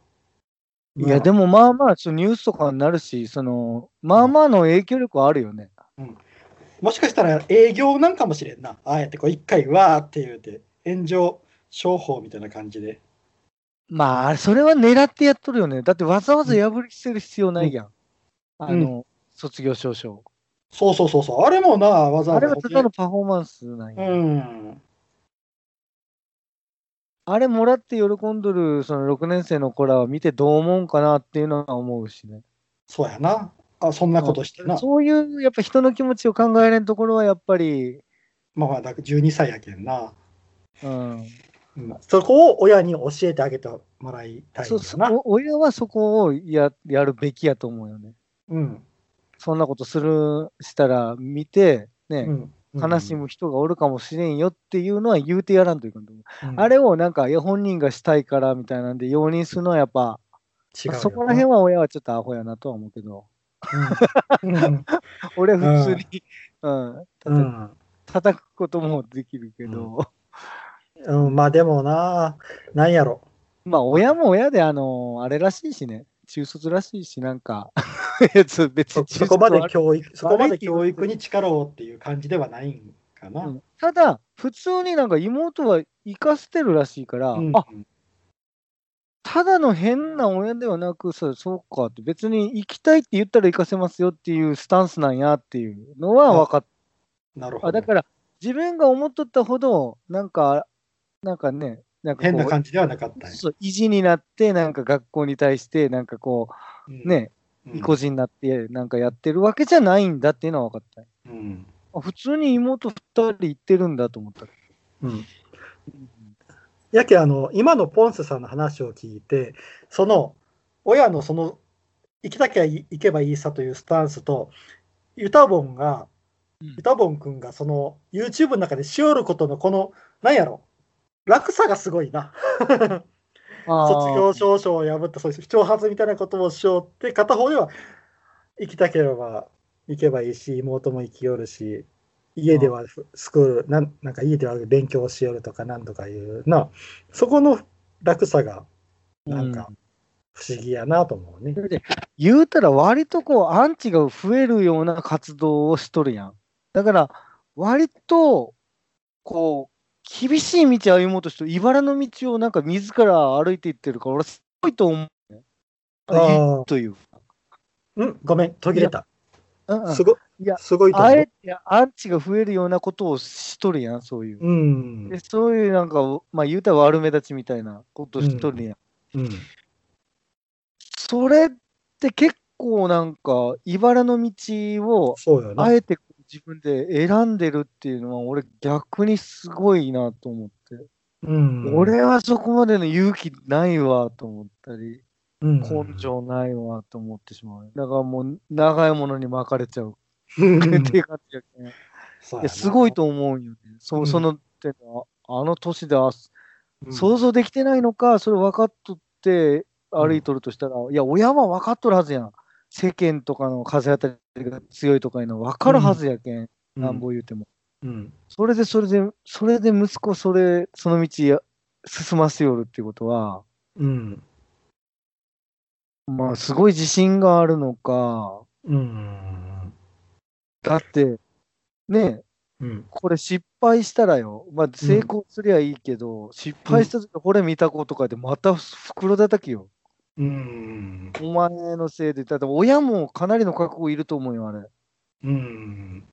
B: いや、で
A: も。
B: もまあまあ、ちょっとニュースとかになるし、その、まあまあの影響力はあるよね。
A: もしかしたら営業なんかもしれんな。ああやってこう一回わーって言うて、炎上商法みたいな感じで。
B: まあ、それは狙ってやっとるよね。だってわざわざ破り捨てる必要ないやん。あの、卒業証書。
A: そうそうそうそう。あれもな、わざ
B: あ
A: わ
B: れ
A: ざ。
B: はただのパフォーマンスなんや。
A: うん。
B: あれもらって喜んどる、その6年生の子らは見てどう思うんかなっていうのは思うしね。
A: そうやな。あそんなことしてな。
B: そういう、やっぱ人の気持ちを考えれんところはやっぱり、
A: まあまあ、だから12歳やけんな。
B: うん。
A: うんそこを親に教えてあげてもらいたいん
B: そ
A: だ
B: うそ
A: な。
B: お親はそこをややるべきやと思うよね。
A: うん。
B: そんなことする、したら見て、
A: う
B: ね、
A: ん。
B: 悲しむ人がおるかもしれんよっていうのは言うてやらんといかんと思
A: う
B: う。
A: ん。
B: あれをなんか、いや、本人がしたいからみたいなんで容認するのはやっぱ、
A: 違うよな
B: そこら辺は親はちょっとアホやなとは思うけど、
A: うん
B: 俺は普通に、うん、
A: う
B: 叩く
A: ん
B: 叩くこともできるけど、
A: うん、まあでもな、なんやろ。
B: まあ、親も親で、あの、あれらしいしね、中卒らしいし、なんか、 いやちょ別
A: そ
B: に
A: そこまで教育、そこま
B: 悪
A: で
B: い気がする
A: 教育に力をっていう感じではないんかな。
B: うんただ、普通になんか妹は生かしてるらしいから、
A: うん
B: あただの変な親ではなく、そうそうかって、別に行きたいって言ったら行かせますよっていうスタンスなんやっていうのは分かっ
A: なる
B: た。
A: ほど。
B: だから、自分が思っとったほど、なんか、なんかね、なんか
A: 変な
B: こ
A: 感じではなかった
B: う、
A: ね
B: そう意地になって、なんか学校に対して、なんかこ
A: うん
B: う、ね、
A: うん
B: 意固地になって、なんかやってるわけじゃないんだっていうのは分かった。
A: うん
B: あ普通に妹2人行ってるんだと思った。
A: うんやけあの今のポンスさんの話を聞いてその親のその行きたきゃい行けばいいさというスタンスとユタボンが
B: うん
A: ユタボン君がその YouTube の中でしおることのこのなんやろ落差がすごいな卒業
B: あー
A: 証書を破ったそういう挑発みたいなことをしようって片方では行きたければ行けばいいし妹も行きよるし家ではスクールなんなんか家では勉強しよるとかなんとかいうなそこの楽さがなんか不思議やなと思うね。
B: 言うたら割とこうアンチが増えるような活動をしとるやん。だから割とこう厳しい道歩もうとして茨の道をなんか自ら歩いていってるから俺すごいと思うね。
A: あ
B: いいというか。
A: うんごめん途切れた。
B: うんうん
A: すご
B: いや
A: すごいと
B: あ
A: 思う
B: え。てアンチが増えるようなことをしとるやん、そういう。
A: うん
B: でそういうなんか、まあ、言うたら悪目立ちみたいなことしとるやん。
A: うん
B: それって結構なんか茨の道を
A: そうよ
B: あ
A: な。
B: えて自分で選んでるっていうのは、俺逆にすごいなと思って、
A: うん、
B: 俺はそこまでの勇気ないわと思ったり、
A: うん
B: 根。性ないわと思ってしまう。だからもう長いものに巻かれちゃう
A: うん
B: っていう感じやけん。い
A: そうや
B: や
A: な
B: すごいと思うよね。
A: う
B: そ
A: ん
B: そのってのはあの年であ
A: うん
B: 想像できてないのか、それ分かっとって歩いとるとしたら、いや、親は分かっとるはずやん。世間とかの風当たりが強いとかいうの分かるはずやけん、なんぼ言うても。
A: うん
B: それでそれで、それで息子それ、その道や進ませよるってことは、
A: うん
B: まあすごい自信があるのか、
A: うん
B: だって、ねえ、
A: うん
B: これ失敗したらよ、まあ成功すりゃいいけど、失敗した時これ見たことかでまた袋叩きよ。
A: うん
B: お前のせいで、だって親もかなりの覚悟いると思うよ、あれ。
A: うん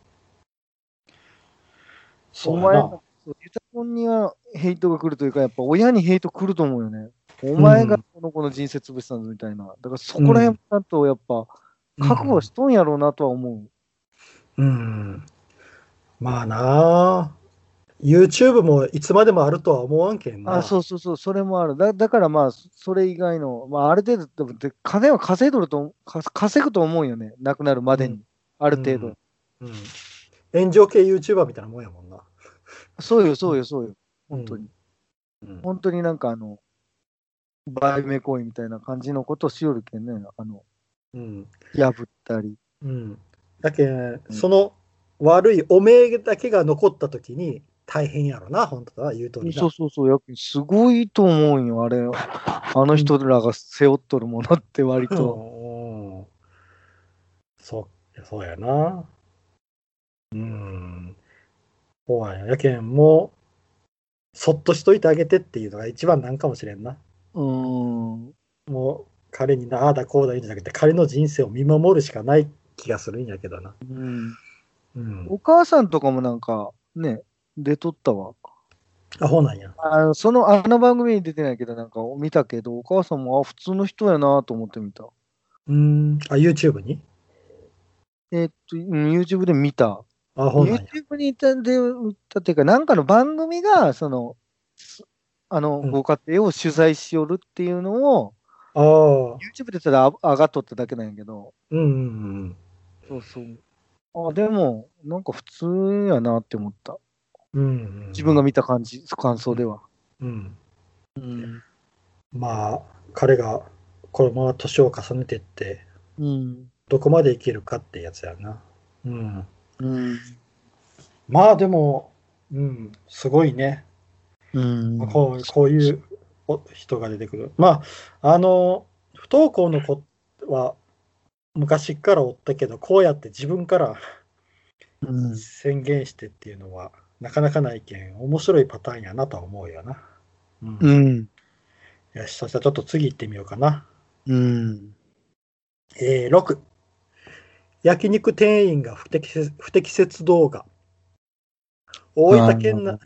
A: そ
B: お
A: うや
B: 前
A: な
B: が、そうユタコンにはヘイトが来るというか、やっぱ親にヘイト来ると思うよね。お前が
A: うん
B: この子の人生潰したんだみたいな。だからそこら辺もちゃんとやっぱ、覚悟はしとんやろうなとは思
A: うん、うんまあなあ YouTube もいつまでもあるとは思わんけん
B: う。
A: な
B: あそうそうそう、それもある。だだからまあ、そそれ以外の、まあ、ある程度、でもで金は稼いどると、か稼ぐと思うよね。亡くなるまでに。
A: うん
B: ある程度。
A: うんうん、炎上系 YouTuber みたいなもんやもんな
B: そうよ、そうよ、そうよ。本当に。
A: うん
B: 本当になんかあの、売名行為みたいな感じのことをしよるけんね。あの、
A: うん、
B: 破ったり。
A: うん、だけんその悪いおめえだけが残った時に大変やろな本当だ言うとりだ
B: そうそうそう、やっぱりすごいと思うんよ、あれ。あの人らが背負っとるものって割と。
A: うんそうそうやな。うん。そうややけん、もう、そっとしといてあげてっていうのが一番なんかもしれんな。
B: うーん。
A: もう、彼になあだこうだ言うんじゃなくて、彼の人生を見守るしかない気がするんやけどな。
B: うん、
A: うん。
B: お母さんとかもなんか、ね、出とったわ。
A: あ、ほうなんや。
B: あの、その、あの番組に出てないけど、なんか見たけど、お母さんも、あ、普通の人やなと思って見た。
A: うん。あ、YouTube に
B: えーっと、うん YouTube で見た。
A: あ、ほうなんや。
B: YouTube にいたんで、見たっていうか、なんかの番組が、その、すあの、
A: うん
B: ご家庭を取材しよるっていうのを、
A: ああ。
B: YouTube でただあ上がっとっただけなんやけど、
A: うんうん
B: そうそう。あ、でも、なんか普通やなって思った。
A: うん。うん。
B: 自分が。見た感じ、感想では。
A: うん。
B: うん。
A: まあ、彼が、このまま年を重ねてって、
B: うん。
A: どこまでいけるかってやつやな。うん、
B: うん。
A: まあでも、うん、すごいね、
B: うん。
A: まあこうこういうお人が出てくる。まああの不登校の子は昔からおったけどこうやって自分から
B: うん
A: 宣言してっていうのはなかなかないけん面白いパターンやなとは思うよな。うん
B: うん。
A: よしそしたらちょっと次行ってみようかな。
B: うん。
A: えー、6焼肉店員が不適切不適切動画大分県内
B: あのうん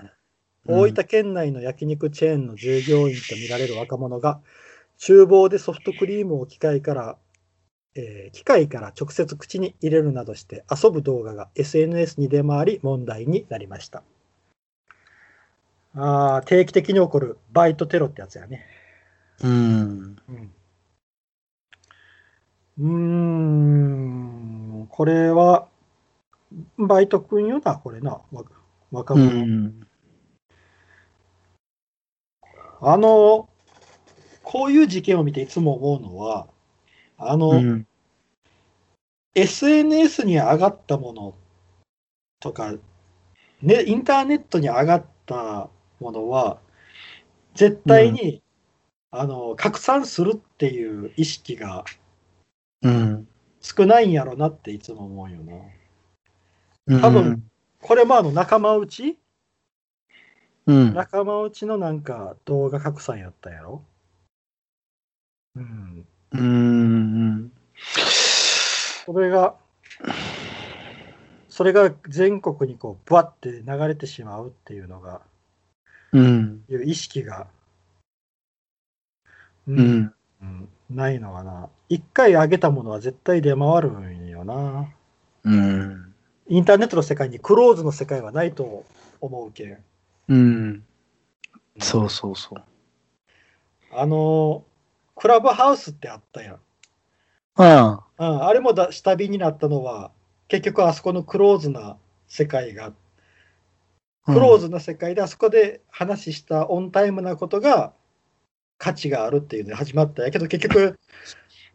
A: 大分県内の焼肉チェーンの従業員とみられる若者が、厨房でソフトクリームを機械から、えー機械から直接口に入れるなどして遊ぶ動画が SNS に出回り問題になりました。ああ、定期的に起こるバイトテロってやつやね。
B: うん。
A: うん、うーん、これは、バイト君よな、これな、わ若
B: う
A: 者。
B: ん。
A: あの、こういう事件を見ていつも思うのは、あの、
B: うん。
A: SNS に上がったものとか、ね、インターネットに上がったものは、絶対に、あの拡散するっていう意識が
B: うん。
A: 少ないんやろなっていつも思うよな。
B: うん
A: 多分。これもあの仲間内
B: うん。
A: 仲間内のなんか動画拡散やったやろうん。
B: うん。
A: それが、それが全国にこう、ぶわって流れてしまうっていうのが、
B: うん。
A: いう意識が、う、
B: うんん。
A: うんないのかな。一回上げたものは絶対出回るんよな。
B: うん。
A: インターネットの世界にクローズの世界はないと思うけん。
B: うん。そうそうそう。
A: あの、クラブハウスってあったやん。
B: あ
A: うん、あれもだ下火になったのは、結局あそこのクローズな世界が、
B: あ。
A: クローズな世界であそこで話したオンタイムなことが価値があるっていうので始まったんやけど、結局、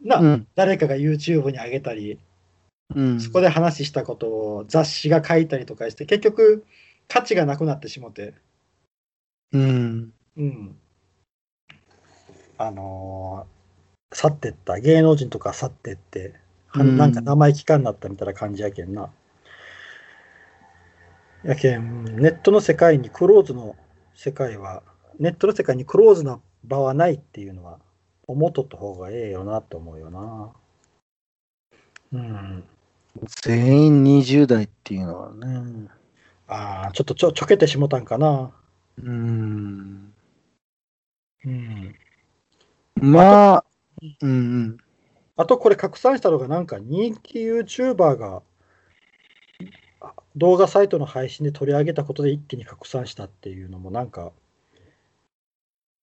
A: な、
B: うん。
A: 誰かが YouTube に上げたり、
B: うん。
A: そこで話したことを雑誌が書いたりとかして、結局、価値がなくなってしもて、
B: うん。
A: うん。あのー去ってった、芸能人とか去ってって、は
B: うん
A: なんか生意気感になったみたいな感じやけんな。やけん、ネットの世界にクローズの世界は、ネットの世界にクローズな場はないっていうのは、思っとった方がええよなと思うよな。うん。
B: 全員20代っていうのはね。
A: ああ、ちょっとちょちょけてしもたんかな。
B: うん。
A: うん。
B: まあ、うん
A: あとこれ拡散したのがなんか人気 YouTuber があ動画サイトの配信で取り上げたことで一気に拡散したっていうのもなんか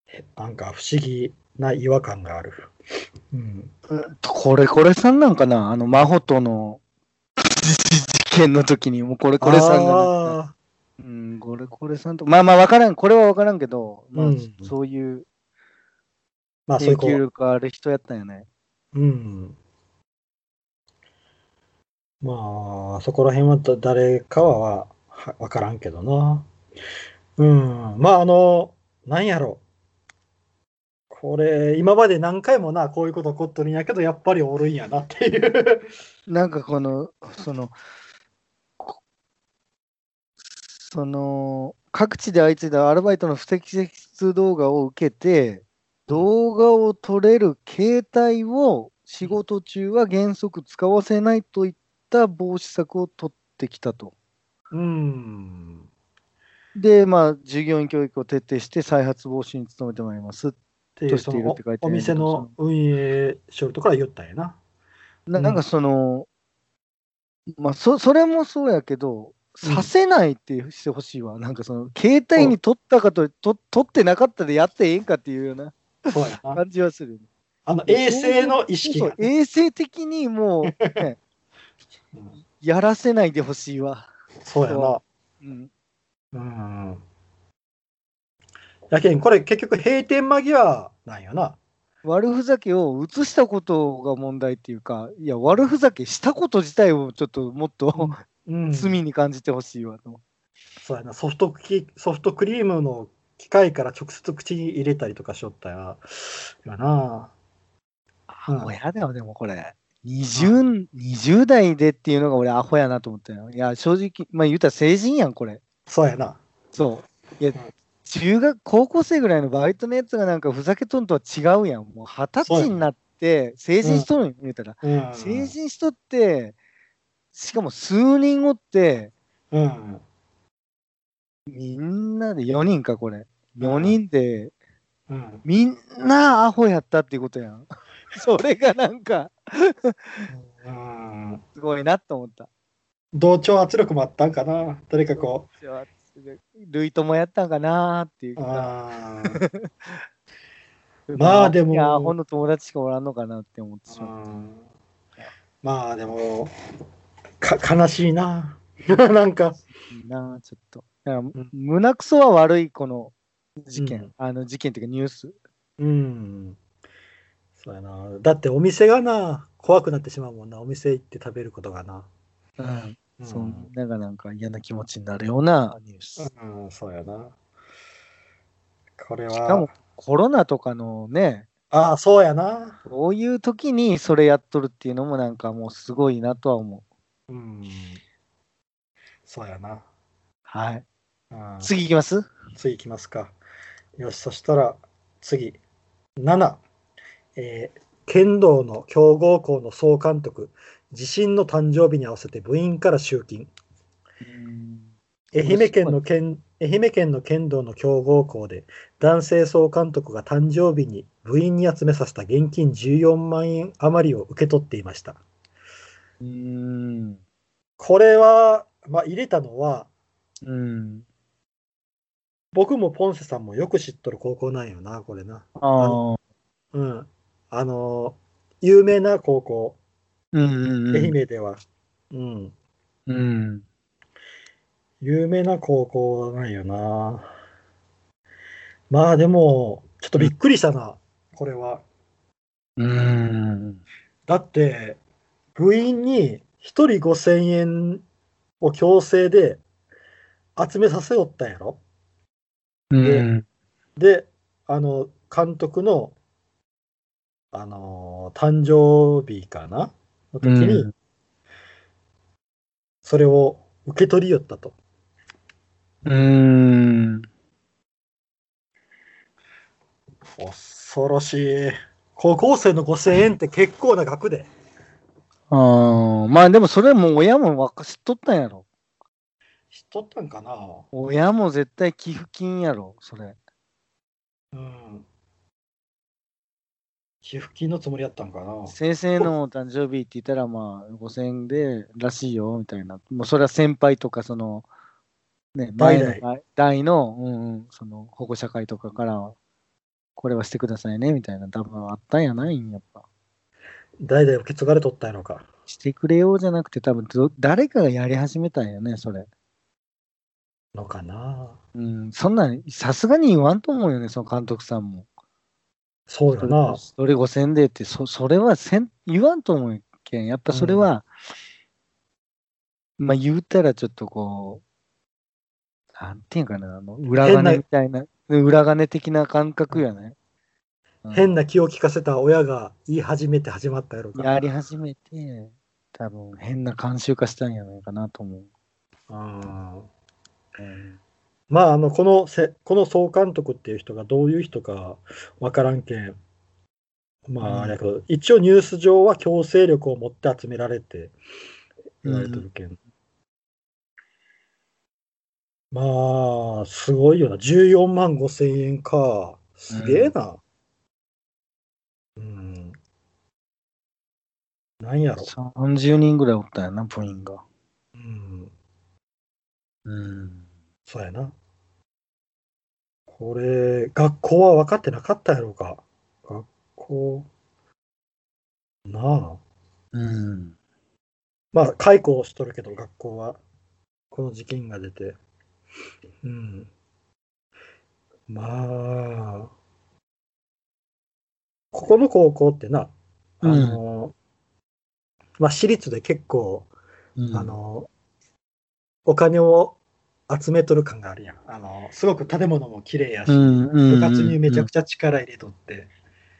A: へなんか不思議な違和感がある。うん。
B: うん。これこれさんなんかなあの、マホとの事件の時に、もうこれこれさんがな。
A: あ
B: うん、これこれさんと。まあまあ、わからん。これはわからんけど、まあ
A: うん
B: そういう
A: ーまあそうい
B: 影
A: うこ
B: 響
A: う。
B: 力ある人やったんやね。
A: うん。まあそこら辺はだ誰かははは分からんけどな。うん。まああの、なんやろこれ、今まで何回もな、こういうこと起こっとるんやけど、やっぱりおるんやなっていう。
B: なんかこの、その、こその、各地で相次いだアルバイトの不適切動画を受けて、動画を撮れる携帯を仕事中は原則使わせないといった防止策を取ってきたと。
A: うん。
B: で、まあ、従業員教育を徹底して再発防止に努めてまいります。
A: っていう、
B: どうして
A: そ
B: いるっ
A: の
B: て書いて
A: お
B: あるんだけ
A: 店
B: ど
A: の運営しよるところは言ったんやな。
B: な
A: うん
B: なんかその、まあそ、それもそうやけど、
A: うん
B: させないってしてほしいわ。なんかその、携帯に取ったかと、と取ってなかったでやってええんかっていうような
A: そうやな。
B: 感じはするよね。
A: あの、衛生の意識
B: そう
A: が
B: そう、。衛生的に もう、ね
A: うん
B: やらせないでほしいわ。
A: そうやな。
B: うん。
A: うん。やけん、これ結局閉店間際なんよな。
B: 悪ふざけを移したことが問題っていうか、いや、悪ふざけしたこと自体をちょっともっと、
A: うん。
B: 罪に感じてほしいわと。
A: そうやな、ソフトクリソフトクリームの機械から直接口に入れたりとかしよったややな。うん
B: アホやだよ、でもこれ。20, 20代でっていうのが俺アホやなと思ったよ。いや、正直、まあ言うたら成人やん、これ。
A: そうやな。
B: そう。いや
A: ん、
B: 中学、高校生ぐらいのバイトのやつがなんかふざけとんとは違うやん。もう二十
A: そうや
B: 歳
A: ね
B: になって成人しとるんよ、言うたら。
A: うん
B: 成人しとって、しかも数人おって、
A: うん。
B: みんなで4人か、これ。4人で、
A: うん。
B: みんなアホやったっていうこと やん。それがなんか、
A: うん。
B: すごいなと思った。
A: 同調圧力もあったんかな。誰かこ
B: う。類ともやったんかなーっていう
A: う。
B: か。
A: あ ーまあでも
B: いや、アホの友達しかおらんのかなって思ってし
A: う
B: まう。
A: ん。まあでも、か悲しい な。なんか。
B: いいなあちょっと。だから
A: ん
B: 胸くそは悪い、この事件、
A: うん
B: あの事件っていうかニュース。
A: うん。そうやな。だってお店がな、怖くなってしまうもんな。お店行って食べることがな。
B: うん、そううんみんながなんか嫌な気持ちになるようなニュース。し
A: うん、そうやな。これは。
B: かもコロナとかのね、
A: ああ、そうやな。
B: こういう時にそれやっとるっていうのもなんかもうすごいなとは思う。
A: うん。そうやな。
B: はい。
A: うん、
B: 次いきます
A: 次いきますか。よし、そしたら次、7、えー剣道の強豪校の総監督、自身の誕生日に合わせて部員から集金。愛媛県の県愛媛県の剣道の強豪校で男性総監督が誕生日に部員に集めさせた現金14万円余りを受け取っていました。
B: うん。
A: これは、まあ、入れたのは
B: うん。
A: 僕もポンセさんもよく知っとる高校なんよなこれな。
B: ああ。
A: うん。あの有名な高校
B: うんうんうん。
A: 愛媛では、うん、
B: うん。
A: 有名な高校なんよな。まあでもちょっとびっくりしたな、これは。
B: うん。
A: だって、部員に1人5000円を強制で集めさせよったんやろ
B: うん。
A: で、あの、監督の、あのー誕生日かなの時
B: う
A: に
B: ん、
A: それを受け取りよったと。
B: うん。
A: 恐ろしい。高校生の5000円って結構な額で。
B: ああ、まあでもそれも親もわか知っとったんやろ。
A: 知っとったんかな
B: 親も絶対寄付金やろ、それ。
A: うん。寄付金のつもりやったんかな
B: 先生のお誕生日って言ったら、まあ5000円でらしいよ、みたいな。もうそれは先輩とか、その、ね、
A: 代
B: 前
A: 々
B: の代代の、うんうん、その保護者会とかから、これはしてくださいね、みたいな、多分あったんやないん、やっぱ。
A: 代々受け継がれとったんやろか。
B: してくれようじゃなくて、多分ど誰かがやり始めたんやね、それ。
A: のかな
B: うん、そんなん、さすがに言わんと思うよね、その監督さんも。
A: そうよな。
B: それ5000でって、そそれはせん言わんと思うけん。やっぱそれは、まあ言うたらちょっとこう、なんていうんかな、あの裏
A: 変な
B: 金みたいな、裏金的な感覚やね。うん
A: 変な気を利かせた親が言い始めて始まったやろか。
B: やり始めて、多分変な慣習化したんやないかなと思う。
A: うん
B: うん
A: まあ、あの、このせ、この総監督っていう人がどういう人かわからんけん。
B: うん
A: まあ、あれやけど、一応ニュース上は強制力を持って集められて言われてるけん。まあ、すごいよな。14万5千円か。すげえな。うん。なんやろ。
B: 30人ぐらいおったんやな、部員が。
A: うん。
B: うん。
A: そうやな。これ、学校は分かってなかったやろうか。学校。なあ。
B: うん。
A: まあ、解雇をしとるけど、学校は。この事件が出て。うん。まあ。ここの高校ってな、あの、まあ、私立で結構、あの、お金を集めとる感があるやん。あの、すごく建物も綺麗やし、
B: うん、う
A: 部
B: ん、
A: 活にめちゃく
B: ち
A: ちゃ力入れとって。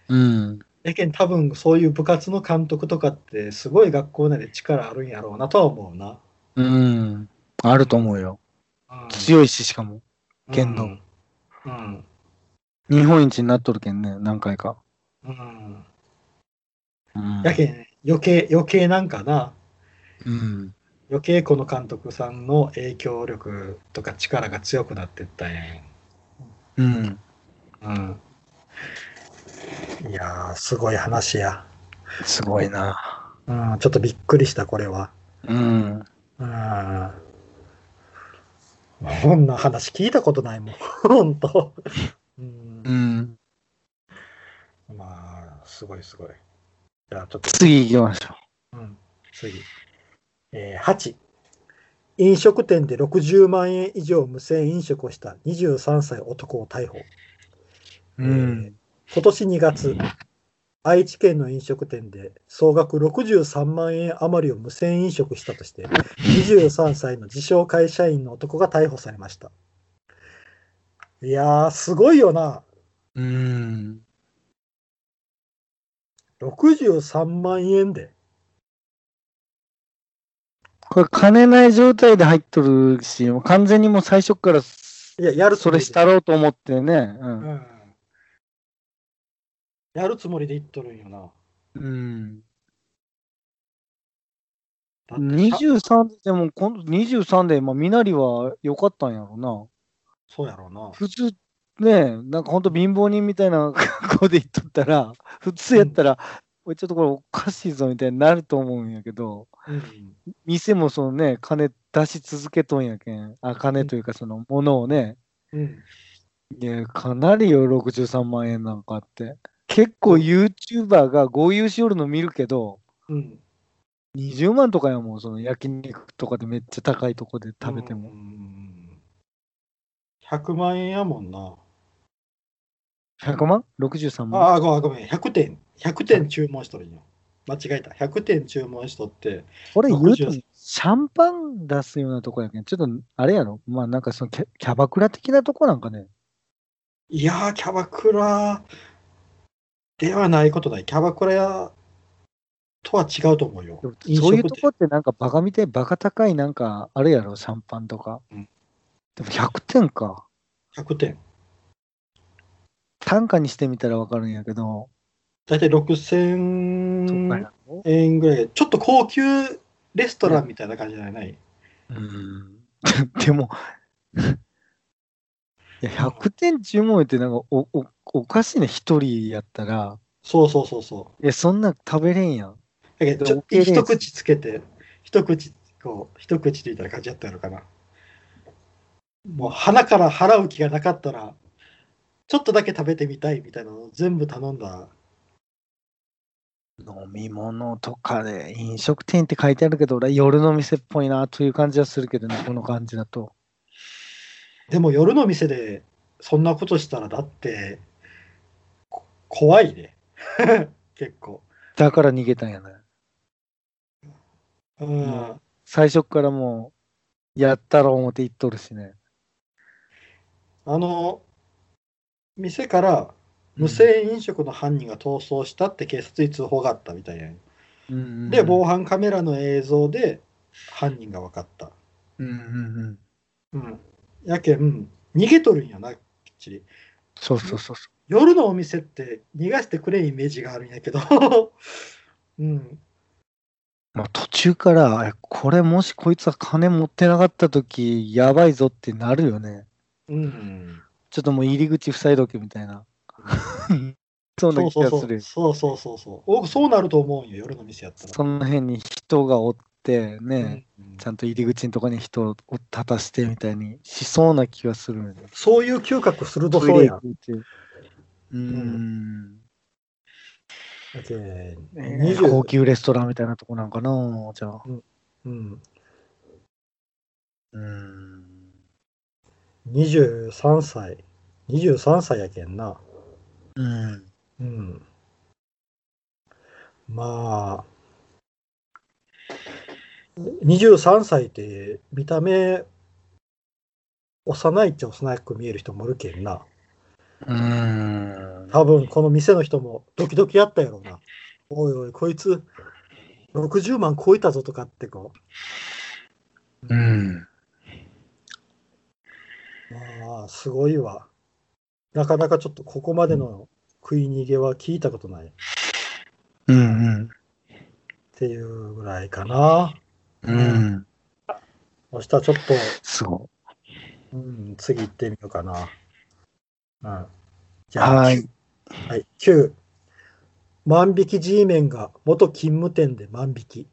B: ゃ。うん。
A: やけん多分そういう部活の監督とかってすごい学校内で力あるんやろうなとは思うな。
B: うん。あると思うよ。
A: うん
B: 強いし、しかも。剣道
A: うん。うん。
B: 日本一になっとるけんね、何回か。
A: うん
B: うん
A: やけん余計、余計なんかな。
B: うん。
A: 余計この監督さんの影響力とか力が強くなってったんやん。
B: うん。
A: うん。いやー、すごい話や。
B: すごいな。
A: うん、ちょっとびっくりした、これは。
B: うん。
A: うん。こんな話聞いたことないもん、 ほんと。うん
B: う。ん。
A: まあ、すごいすごい。じゃあ、ちょっと、
B: 次行きましょ
A: うん、次。えー、8。飲食店で60万円以上無銭飲食をした23歳男を逮捕。
B: う。
A: えー。今年2月、愛知県の飲食店で総額63万円余りを無銭飲食したとして、23歳の自称会社員の男が逮捕されました。いやー、すごいよな。
B: うん。
A: 63万円で。
B: これ金ない状態で入っとるし、もう完全にもう最初から
A: いや、やるつ
B: そ
A: もり
B: れ
A: で
B: したろうと思ってね。う。
A: うんん。やるつもりで言っとるんよな。
B: うん。
A: だって
B: 23でも、この23で、まあ、みなりは良かったんやろな。
A: そうやろうな。
B: 普通、ねえ、なんかほんと貧乏人みたいな 格好で言っとったら、普通やったら、おいちょっとこれおかしいぞみたいになると思うんやけど、
A: うん。
B: 店もそのね、金出し続けとんやけん、あ、金というかそのものをね、
A: うん。
B: いや、かなりよ、63万円なんかあって。結構 YouTuber が豪遊しおるの見るけど、
A: うん。
B: 20万とかやもん、その焼肉とかでめっちゃ高いとこで食べても。
A: うん。100万円やもんな。
B: 100万 ?63 万。
A: ああ、ごめん、ごめん、100点、100点注文しとるんよ。間違えた。100点注文しとって、
B: これ言うと
A: 63、
B: シャンパン出すようなとこやけん。ちょっと、あれやろまあなんかそのキャキャバクラ的なとこなんかね。
A: いやー、キャバクラではないことない。キャバクラとは違うと思うよ。飲
B: そういう
A: 食
B: とこ
A: 店
B: ってなんかバカみてえ、バカ高いなんかあれやろシャンパンとか。
A: うん
B: でも100点か。
A: 100点。
B: 単価にしてみたらわかるんやけど。
A: だいたい
B: そっか
A: 6000
B: やろ
A: 円ぐらい。ちょっと高級レストランみたいな感じじゃない、
B: うん。 でも、いや100点注文ってなんかおおおかしいね、一人やったら。
A: そうそうそうそう。
B: え、そんな食べれんやん。
A: だけど、ちょっと
B: で OK です
A: 一口つけて、一口、こう、一口みたいな感じだったのかな。もう鼻から払う気がなかったら、ちょっとだけ食べてみたいみたいなのを全部頼んだ。
B: 飲み物とかで飲食店って書いてあるけど、俺は夜の店っぽいなという感じはするけどね、この感じだと。
A: でも夜の店でそんなことしたらだって、こ怖いね。 結構。
B: だから逃げたんやな、
A: うん。
B: うん最初っからもう、やったろ思って言っとるしね。
A: あの、店から無銭飲食の犯人が逃走したって警察に通報があったみたいやん
B: うんうんうん
A: で、防犯カメラの映像で犯人が分かった。
B: うんうんうん。
A: うん。やけん、逃げとるんやな、きっちり。
B: そうそうそうそ
A: 夜のお店って逃がしてくれんイメージがあるんやけど。 うん。
B: う。まあ、途中から、えこれもしこいつは金持ってなかった時、やばいぞってなるよね。
A: うん。
B: ちょっともう入り口塞いどけみ たいな。そう
A: そう
B: な気
A: そう
B: が
A: そ
B: す
A: う。
B: る。
A: そうそうそうそう。僕、そうなると思うんよ、夜の店やったら。
B: その辺に人がおって、ね。
A: うん
B: ちゃんと入り口のとこに人を立たしてみたいにしそうな気がするんで。
A: そういう嗅覚鋭
B: ト
A: そう
B: イレ
A: や
B: 行
A: ん。
B: くっていう。うーん。
A: やけん
B: ねえ
A: 20
B: 高級レストランみたいなとこなんかな、じゃあ。
A: うん。
B: うーん。
A: 23歳。23歳やけんな。
B: うん。
A: うん。まあ、23歳って見た目、幼いっちゃ幼く見える人もおるけんな。
B: うーん。
A: 多分この店の人もドキドキやったやろうな。おいおい、こいつ、60万超えたぞとかってこう。
B: うん。
A: まあ、すごいわ。なかなかちょっとここまでの食い逃げは聞いたことないっ
B: うん。
A: ていうぐらいかな。
B: うん。
A: そしたらちょっと、
B: すご
A: うん、次行ってみようかな。うん。
B: い。
A: じゃあ、
B: は
A: はいい。。9。万引き G メンが元勤務店で万引き。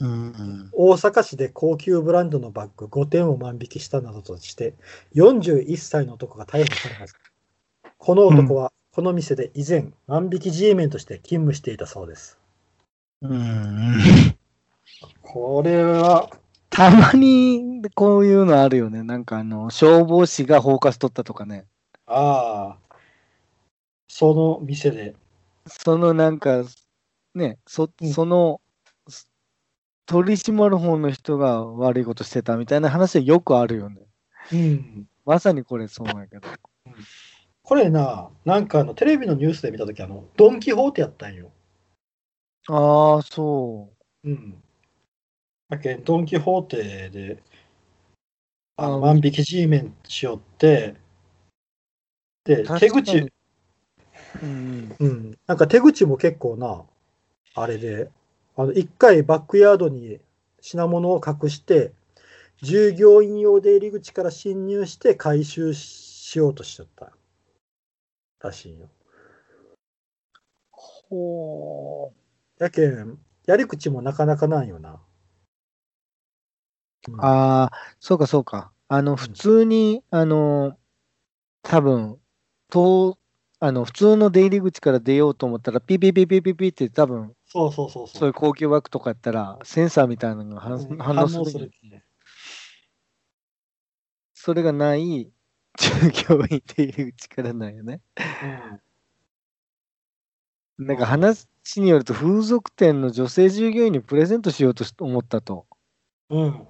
B: うん。
A: 大阪市で高級ブランドのバッグ5点を万引きしたなどとして、41歳の男が逮捕されました。この男は、この店で以前、万引き G メンとして勤務していたそうです。
B: うん。
A: これは、
B: たまに、こういうのあるよね。なんか、あの、消防士がフォーカス取ったとかね。
A: ああ、その店で。
B: そのなんか、ね、そ、
A: うん
B: その、す取り締まる方の人が悪いことしてたみたいな話はよくあるよね。
A: うん。
B: まさにこれそうやけど。
A: これな、なんかあのテレビのニュースで見たとき、あの、ドン・キホーテやったんよ。
B: ああ、そう。
A: うん。だけどドン・キホーテで、あ
B: あ
A: の万引き G メンしよって、で、手
B: 確かに
A: 口、
B: うん。
A: うん、なんか手口も結構な、あれで、あの、一回バックヤードに品物を隠して、従業員用出入り口から侵入して回収しようとしちゃった。らしいよ。
B: ほ
A: やけん、やり口もなかなかなんよな。うん
B: う。ああ、そうかそうか。あの、普通に、あの、多分、と、あの、普通の出入り口から出ようと思ったら、ピピピピピピって多分、
A: そうそうそう
B: そういう高級枠とかやったら、センサーみたいなのが反
A: うん
B: 反応するんや。
A: ね
B: それがない、従業員出入り口からなんよね。
A: うん
B: なんか話によると、風俗店の女性従業員にプレゼントしようとし思ったと。
A: うん。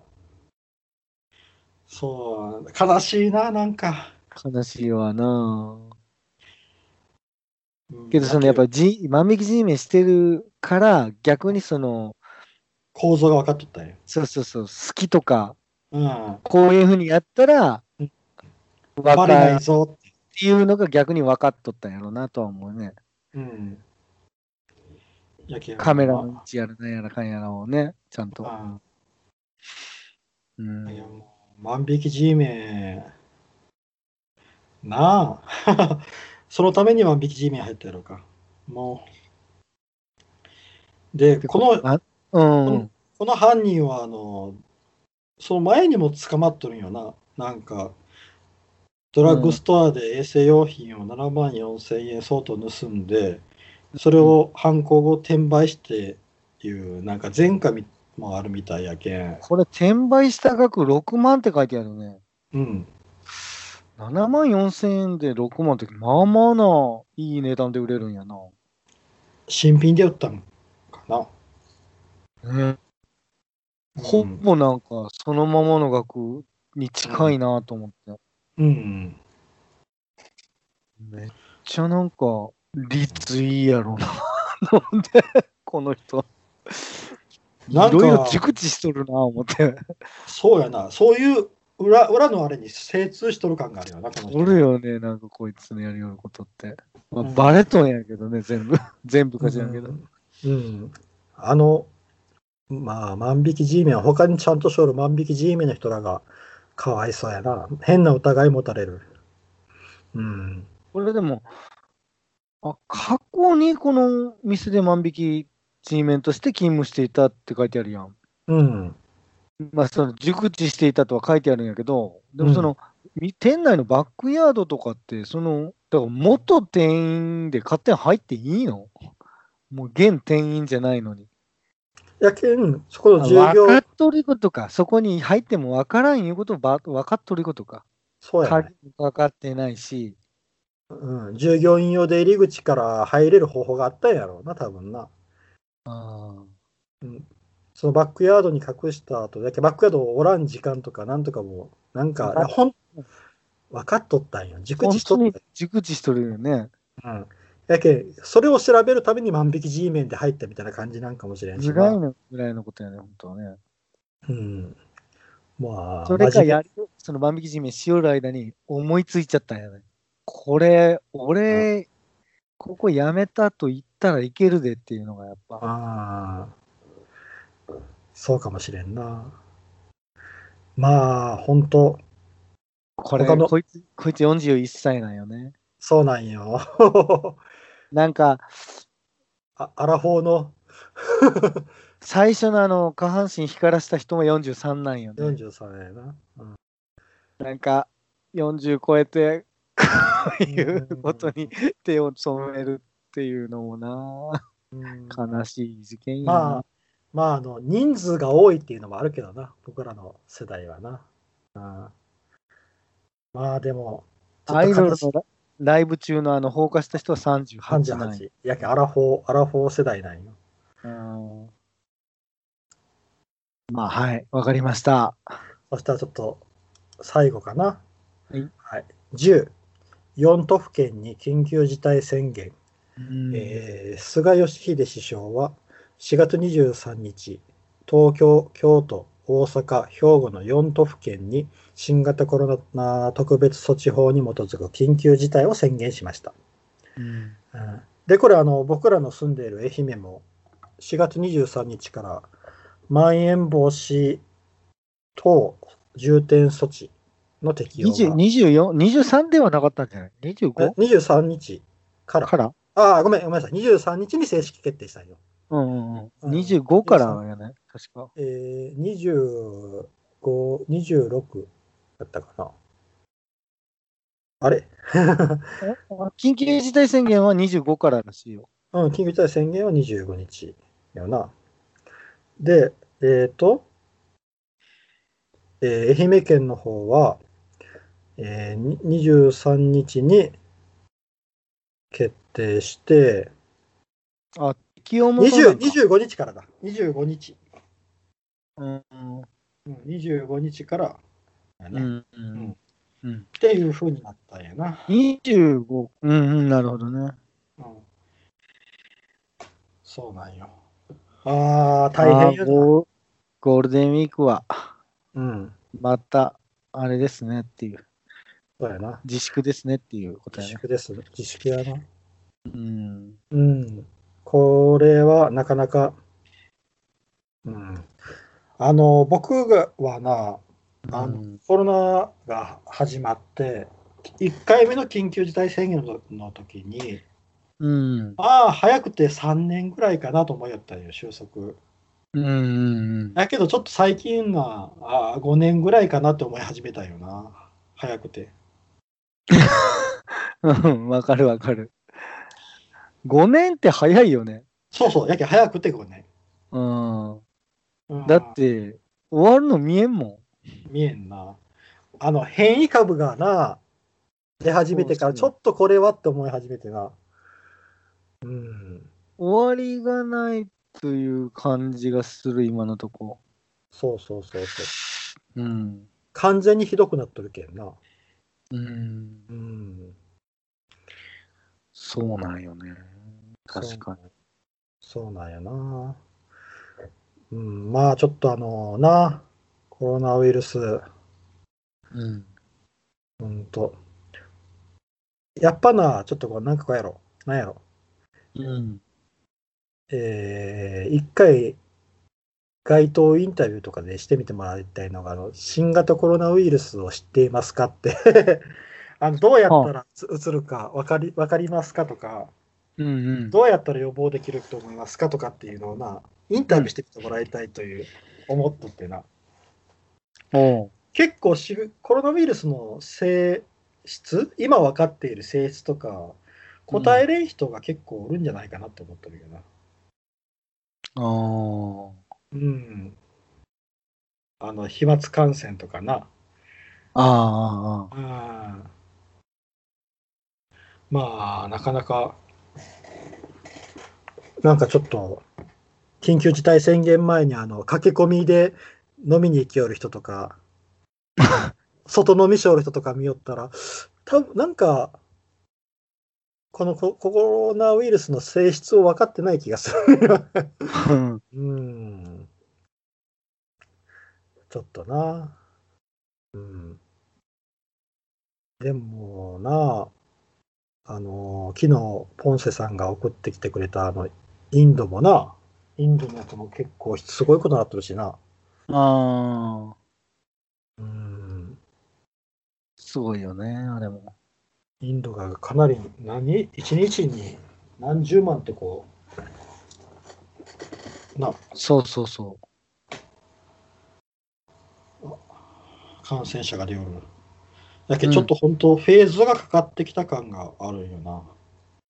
A: そう、悲しいな、なんか。
B: 悲しいわなあ
A: うん
B: けどそのやっぱじ万引き G メンしてるから逆にその
A: 構造が分かっとったんよ。
B: そうそうそう好きとか
A: うん。
B: こういうふうにやったら
A: うん
B: 分
A: バ
B: か
A: レ
B: る
A: な
B: っ
A: いぞって。
B: ていうのが逆に分かっとったんやろなとは思うね
A: うん。やけん
B: カメラの位置やらなんやらかんやらをねちゃんと、
A: ま
B: う
A: あうんいや
B: ん、
A: もう万引き G メン。なあ。 そのために万引き G メン入ったやろうか。もう。で、この、
B: あうん、
A: うんこの犯人はあのその前にも捕まっとるんよななんかドラッグストアで衛生用品を7万4千円相当盗んでそれを犯行後転売していうなんか前科みもあるみたいやけん
B: これ転売した額6万って書いてあるね
A: うん
B: 7万4千円で6万ってまあまあないい値段で売れるんやな
A: 新品で売ったんかな、
B: ね
A: う
B: ほ
A: ん
B: ぼなんかそのままの額に近いなと思って、
A: うん
B: めっちゃなんか率いいやろななんでこの人い
A: なんか
B: ろいろ熟知しとるな思って
A: そうやなそういう裏裏のあれに精通しとる感があるよなこの人
B: おるよねなんかこいつのやりよることって、まあ
A: うん
B: バレとんやけどね全部全部か知らんけど、
A: うん、うんあの、まあ、万引き G メンは他にちゃんとしょる万引き G メンの人らがかわいそうやな。変な疑い持たれる。うん。
B: これでもあ過去にこの店で万引き G メンとして勤務していたって書いてあるやん
A: うん。
B: まあ、その熟知していたとは書いてあるんやけど、でもその、み店内のバックヤードとかって、その、だから元店員で勝手に入っていいのもう現店員じゃないのに。
A: やけん、そこ
B: あ
A: の従業
B: 分かっとることか、そこに入っても分からんいうことをば分かっとることか。
A: そうや、ね
B: 仮に分かってないし、
A: うん。従業員用で入り口から入れる方法があったんやろうな、多分な。
B: あ
A: う
B: ー
A: ん。そのバックヤードに隠した後、やけんバックヤードをおらん時間とかなんとかも、なんか、いやほん、分かっとったんよ。熟
B: 本
A: 知しと
B: 当
A: ったん
B: に
A: よ
B: 熟知しとるよね。
A: うん。やけん、それを調べるために万引き G メンで入ったみたいな感じなんかもしれんし
B: ぐ
A: な。
B: らいのぐらいのことやね、本当はね。
A: うん。まあ、
B: それ
A: 真
B: か
A: 面目
B: やり、その万引き地面しよる間に思いついちゃったんやね。これ、俺、ここやめたと言ったらいけるでっていうのがやっぱ。
A: ああ。そうかもしれんな。まあ、本当
B: これ、
A: 他の
B: こいつ、こいつ41歳なんよね。
A: そうなんよ。
B: なんか、
A: あアラフォーの
B: 最初のあの、下半身光らした人も43なんよね。
A: 43やな。うん
B: なんか、40超えて、こういうことに手を染めるっていうのもな、
A: うん
B: 悲しい事件やな。
A: まあ、まあ、あの、人数が多いっていうのもあるけどな、僕らの世代はな。あまあ、でも、
B: アイドル
A: ちょっ
B: のライブ中のあの放火した人は
A: と
B: 38
A: 38
B: なんよ
A: やけん、アラフォー、アラフォー世代なんよ。
B: うんまあはい、わかりました。
A: そしたらちょっと、最後かな。
B: はい。
A: はい、10、4都府県に緊急事態宣言。
B: うん
A: えー菅義偉首相は4月23日、東京、京都、大阪、兵庫の4都府県に新型コロナ特別措置法に基づく緊急事態を宣言しました。
B: うん
A: うんで、これあの、僕らの住んでいる愛媛も4月23日からまん延防止等重点措置の適用が
B: 20 24 23ではなかったんじゃない ?25
A: え23日から、
B: から
A: ああ、ごめん、ごめんなさい、23日に正式決定したんよ。
B: うんうん
A: う
B: うんん。25からやね、確か。
A: えー、25、26だったかな。あれ
B: 緊急事態宣言は25かららしいよ。
A: うん、緊急事態宣言は25日やな。で、えっ、と、えー愛媛県の方は、えーに23日に決定して、
B: あ、適用もそうな
A: 20
B: んか
A: 25日からだ。25日。
B: うん
A: うん、25日からや
B: う
A: ね、っ
B: んうんうん
A: ていう風になったんやな。
B: 25、うんうん、なるほどね。
A: うんそうなんよ。ああ、大変
B: あー
A: よな。
B: ゴーゴールデンウィークは、
A: うん。
B: また、あれですねっていう、
A: そうやな。
B: 自粛ですねっていうこと
A: 自
B: やね。
A: 粛です。自粛やな。
B: うん。
A: うん。これはなかなか、うん。あの、僕がはな、あの、
B: うん
A: コロナが始まって、1回目の緊急事態宣言のの時に、
B: うん。
A: ああ、早くて3年ぐらいかなと思いよったんよ、収束。
B: うんうん
A: だけどちょっと最近なあ5年ぐらいかなって思い始めたよな早くて
B: うん。わかるわかる。5年って早いよね。
A: そうそうやけん早くて5年、
B: うん。
A: うん
B: だって、終わるの見えんもん。
A: 見えんなあの変異株がな出始めてからち
B: そ
A: ょ
B: うそう
A: っとこれはって思い始めてなうん
B: 終わりがないという感じがする、今のとこ。
A: そうそうそうそう
B: うん。
A: 完全にひどくなっとるけんな
B: うん。
A: うん
B: そうなんよね。確かに。
A: そうなんやなうんまあちょっとあのなコロナウイルス
B: うん。
A: うんと。やっぱな、ちょっとこう、なんかこうやろ。なんやろ。
B: うん。
A: えー、一回、街頭インタビューとかでしてみてもらいたいのが、あの新型コロナウイルスを知っていますかって。 あのどうやったらうつるか分かり分かりますかとか、
B: うんうん。
A: どうやったら予防できると思いますかとかっていうのをな、インタビューしてみてもらいたいという思っとってな。
B: おう
A: 結構知るコロナウイルスの性質今分かっている性質とか答えれん人が結構おるんじゃないかなって思ってるけどな
B: ああ。
A: うんあの飛沫感染とかな
B: ああ、
A: うんまあなかなかなんかちょっと緊急事態宣言前にあの駆け込みで飲みに行きよる人とか外飲みしよる人とか見よったら多分なんかこのココロナウイルスの性質を分かってない気がする。
B: ああ。うん。
A: うん。ちょっとな。うん。でもな、あの、昨日、ポンセさんが送ってきてくれた、あの、インドもな、インドのやつも結構すごいことになってるしな。
B: ああ。すごいよね、あれも。
A: インドがかなり何、一日に何十万ってこう、な、
B: そうそうそ
A: 感染者が出よる。だけどちょっと本当、フェーズがかかってきた感があるんよな。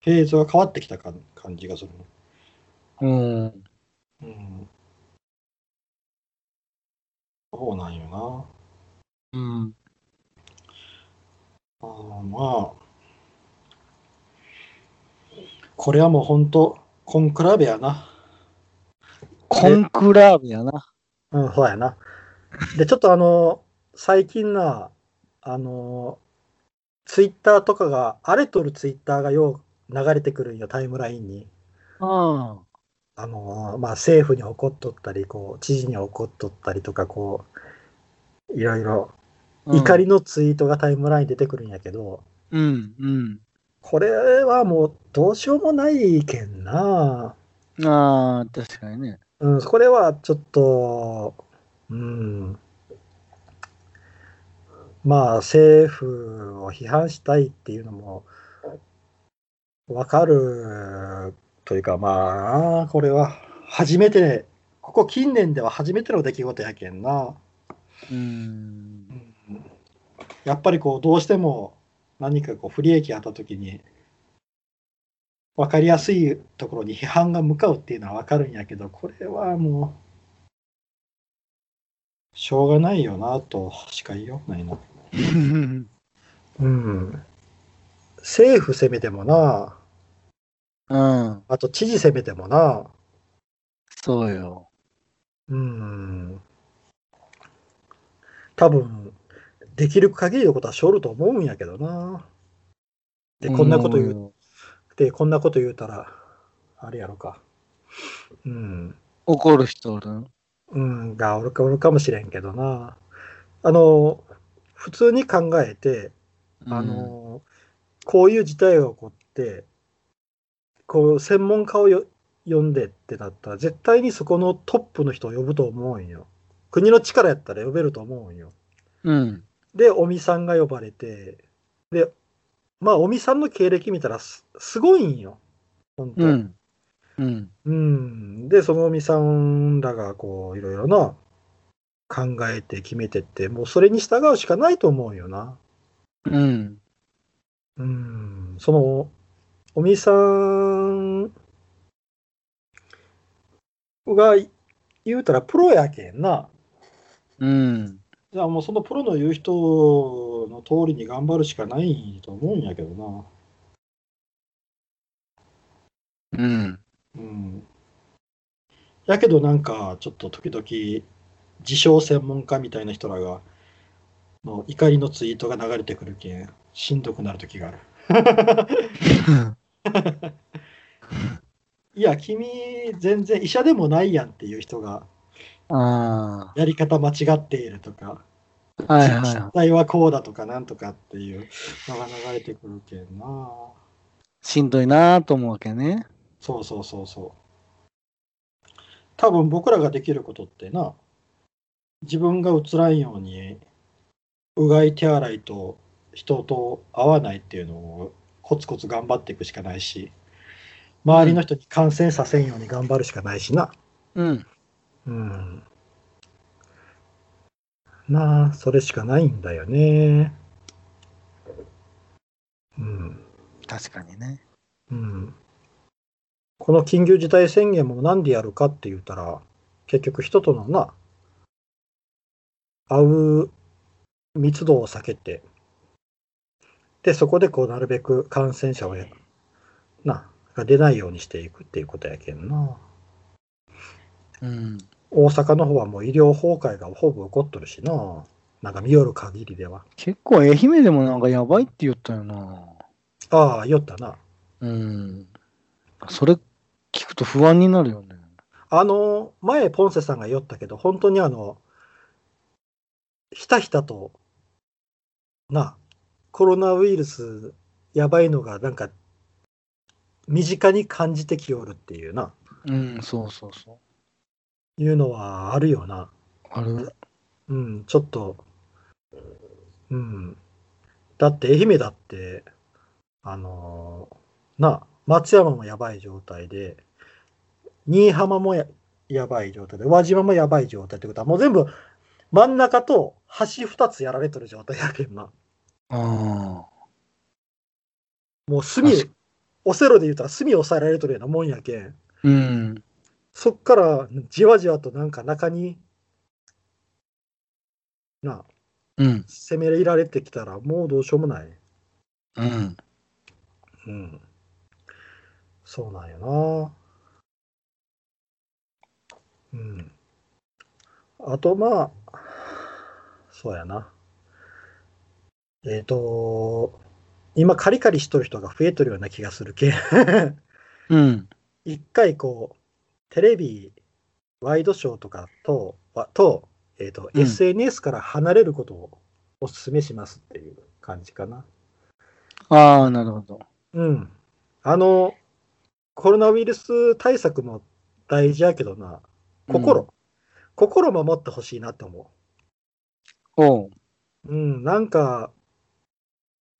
A: フェーズが変わってきた感感じがするね。
B: う。うん。
A: うん。そうなんよな。
B: うん。
A: あーまあ、これはもう本当、コンクラベやな。
B: コンクラーブやな。
A: うん、そうやな。で、ちょっとあの、最近な、あの、ツイッターとかが、あれとるツイッターがよう流れてくるんよ、タイムラインに。
B: うん。
A: あの、まあ、政府に怒っとったり、こう、知事に怒っとったりとか、こう、いろいろ、
B: うん
A: 怒りのツイートがタイムラインに出てくるんやけど、
B: うん、う
A: これはもうどうしようもないけんな。
B: ん。ああ、確かにね。
A: うん、これはちょっと、うん。まあ、政府を批判したいっていうのも、わかるというか、まあ、これは初めて、ここ近年では初めての出来事やけんな。
B: うん。
A: やっぱりこうどうしても何かこう不利益あった時に分かりやすいところに批判が向かうっていうのは分かるんやけどこれはもうしょうがないよなとしか言いようないな。うん、政府攻めてもな
B: うん。
A: あと知事攻めてもな
B: そうよ。
A: うん多分できる限りのことはしょると思うんやけどな。でこんなこと言う
B: うん
A: でこんなこと言うたらあれやろかうん、
B: 怒る人おる
A: うん、がおるかおるかもしれんけどなあの普通に考えてあ、の、こういう事態が起こってこう専門家をよ呼んでってなったら絶対にそこのトップの人を呼ぶと思うんよ国の力やったら呼べると思うんよ
B: うん。
A: で尾身さんが呼ばれてでまあ尾身さんの経歴見たらすすごいんよ本当、
B: うん。うん。
A: うん、で、その尾身さんらがこういろいろな考えて決めてって、もうそれに従うしかないと思うよな。
B: うん。
A: うん、その尾身さんが言うたらプロやけんな。
B: うん。
A: じゃあもうそのプロの言う人の通りに頑張るしかないと思うんやけどな。
B: うん。
A: うんやけどなんかちょっと時々自称専門家みたいな人らがの怒りのツイートが流れてくるけんしんどくなる時がある。いや君全然医者でもないやんっていう人が
B: あ
A: やり方間違っているとか
B: あ。は いはい
A: 実
B: はい。
A: 際はこうだとかなんとかっていうのが流れてくるけんな。
B: しんどいなぁと思うわけね。
A: そうそうそうそう。多分僕らができることってな、自分が映らんように、うがい手洗いと人と会わないっていうのをコツコツ頑張っていくしかないし、周りの人に感染させんように頑張るしかないしな。
B: うん。
A: うん。なあ、それしかないんだよね。うん。
B: 確かにね。
A: うんこの緊急事態宣言もなんでやるかって言ったら、結局人とのな、会う密度を避けて、で、そこでこう、なるべく感染者をや、な、が出ないようにしていくっていうことやけんな。
B: うん。
A: 大阪の方はもう医療崩壊がほぼ起こっとるしな。なんか見よる限りでは。
B: 結構愛媛でもなんかやばいって言ったよな
A: ああ、酔ったな。
B: うん。それ聞くと不安になるよね。
A: あの、前、ポンセさんが言ったけど、本当にあの、ひたひたと、な、コロナウイルス、やばいのが、なんか、身近に感じてきおるっていうな、
B: うん、そうそうそう。
A: いうのはあるよな。
B: ある。
A: うん、ちょっと、うん。だって愛媛だって、あのーな、松山もやばい状態で、新居浜もややばい状態で、宇和島もやばい状態ってことは、もう全部真ん中と端2つやられとる状態やけんな。
B: あ
A: もう隅
B: 確か、
A: オセロで言うたら隅を押さえられとるようなもんやけん。
B: ーうん。
A: そっからじわじわとなんか中に、なあ、
B: うん。
A: 攻め入れられてきたらもうどうしようもない。
B: うん。
A: うん。そうなんやな。うん。あと、まあ、そうやな。えっ、と、今、カリカリしとる人が増えとるような気がするけん。
B: うん。
A: 一回こうテレビワイドショーとかとあと,、えーと
B: うん
A: SNS から離れることをお勧めしますっていう感じかな。
B: ああ、なるほど。
A: うん。あのコロナウイルス対策も大事やけどな心、心守ってほしいなと思
B: うん。おう。
A: う。うんなんか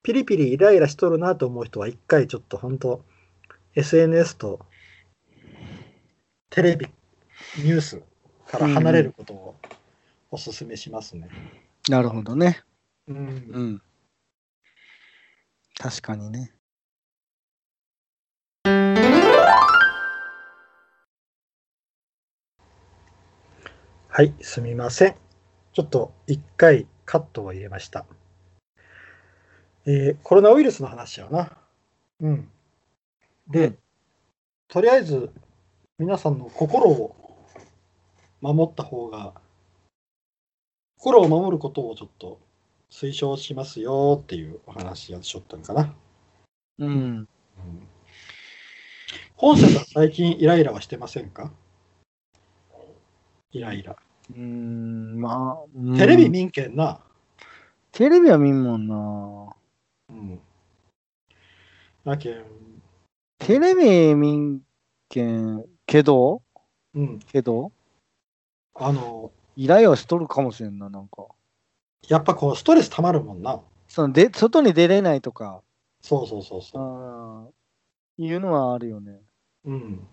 A: ピリピリイライラしとるなと思う人は一回ちょっと本当 SNS とテレビニュースから離れることをお勧めしますね。
B: なるほどね。
A: うん
B: うん。確かにね。
A: はいすみません。ちょっと一回カットを入れました。えーコロナウイルスの話やな。うん、で、とりあえず皆さんの心を守った方が心を守ることをちょっと推奨しますよっていうお話をしょったんかな。
B: うん。
A: うん本社さん最近イライラはしてませんかイライラ。
B: うん、まあ、うん
A: テレビ民権な。
B: テレビは見んもんな。
A: うん。だけん
B: テレビ見んけん、けど、
A: うん。
B: けど、
A: あの、
B: イライラしとるかもしれんな、なんか。
A: やっぱこうストレス溜まるもんな。
B: そので外に出れないとか、
A: そうそうそうそう。
B: あーいうのはあるよね。
A: うん。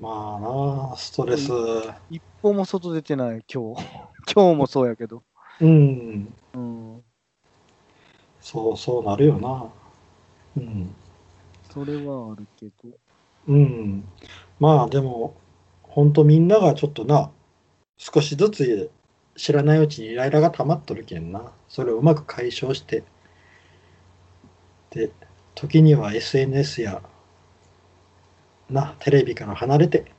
A: まあなあ、ストレス。
B: 一歩も外出てない、今 日。今日もそうやけど。
A: うん。
B: うん。
A: そう、そうなるよな。うん。
B: それはあるけど。
A: うん。まあでも、本当みんながちょっとな、少しずつ知らないうちにイライラが溜まっとるけんな。それをうまく解消して。で、時には SNS や、な、テレビから離れて、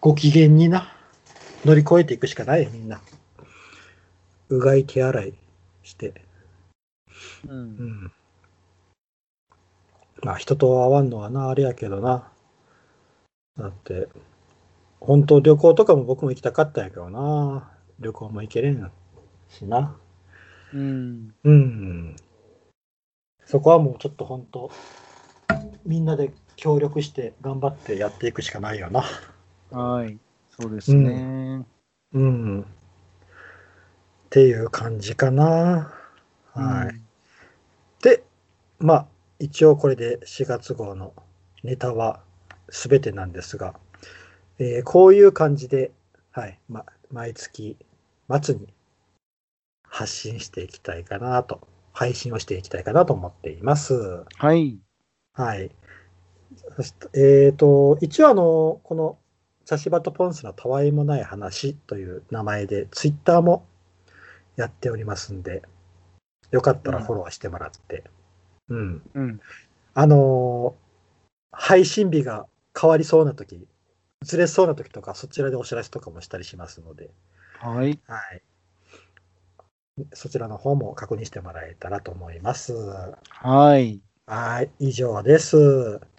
A: ご機嫌にな、乗り越えていくしかないよみんな。うがい手洗いして。
B: う。
A: うんん。まあ人と会わんのはな、あれやけどな。だって、本当旅行とかも僕も行きたかったんやけどな。旅行も行けれんしな。
B: うん。
A: うん。そこはもうちょっと本当、みんなで協力して頑張ってやっていくしかないよな。
B: はい。そうですね。
A: うん。っていう感じかな。はい。
B: い。
A: で、まあ、一応これで4月号のネタは全てなんですが、えーこういう感じで、はい、ま、毎月末に発信していきたいかなと、配信をしていきたいかなと思っています。
B: はい。
A: はい。そして、えっ、と、一応あの、この、茶芝とポンスのたわいもない話という名前で、ツイッターもやっておりますんで、よかったらフォローしてもらって、うん。
B: うん。
A: あのー配信日が変わりそうな時ずれそうな時とか、そちらでお知らせとかもしたりしますので、
B: はい。
A: はい。そちらの方も確認してもらえたらと思います。
B: はい。
A: はい、以上です。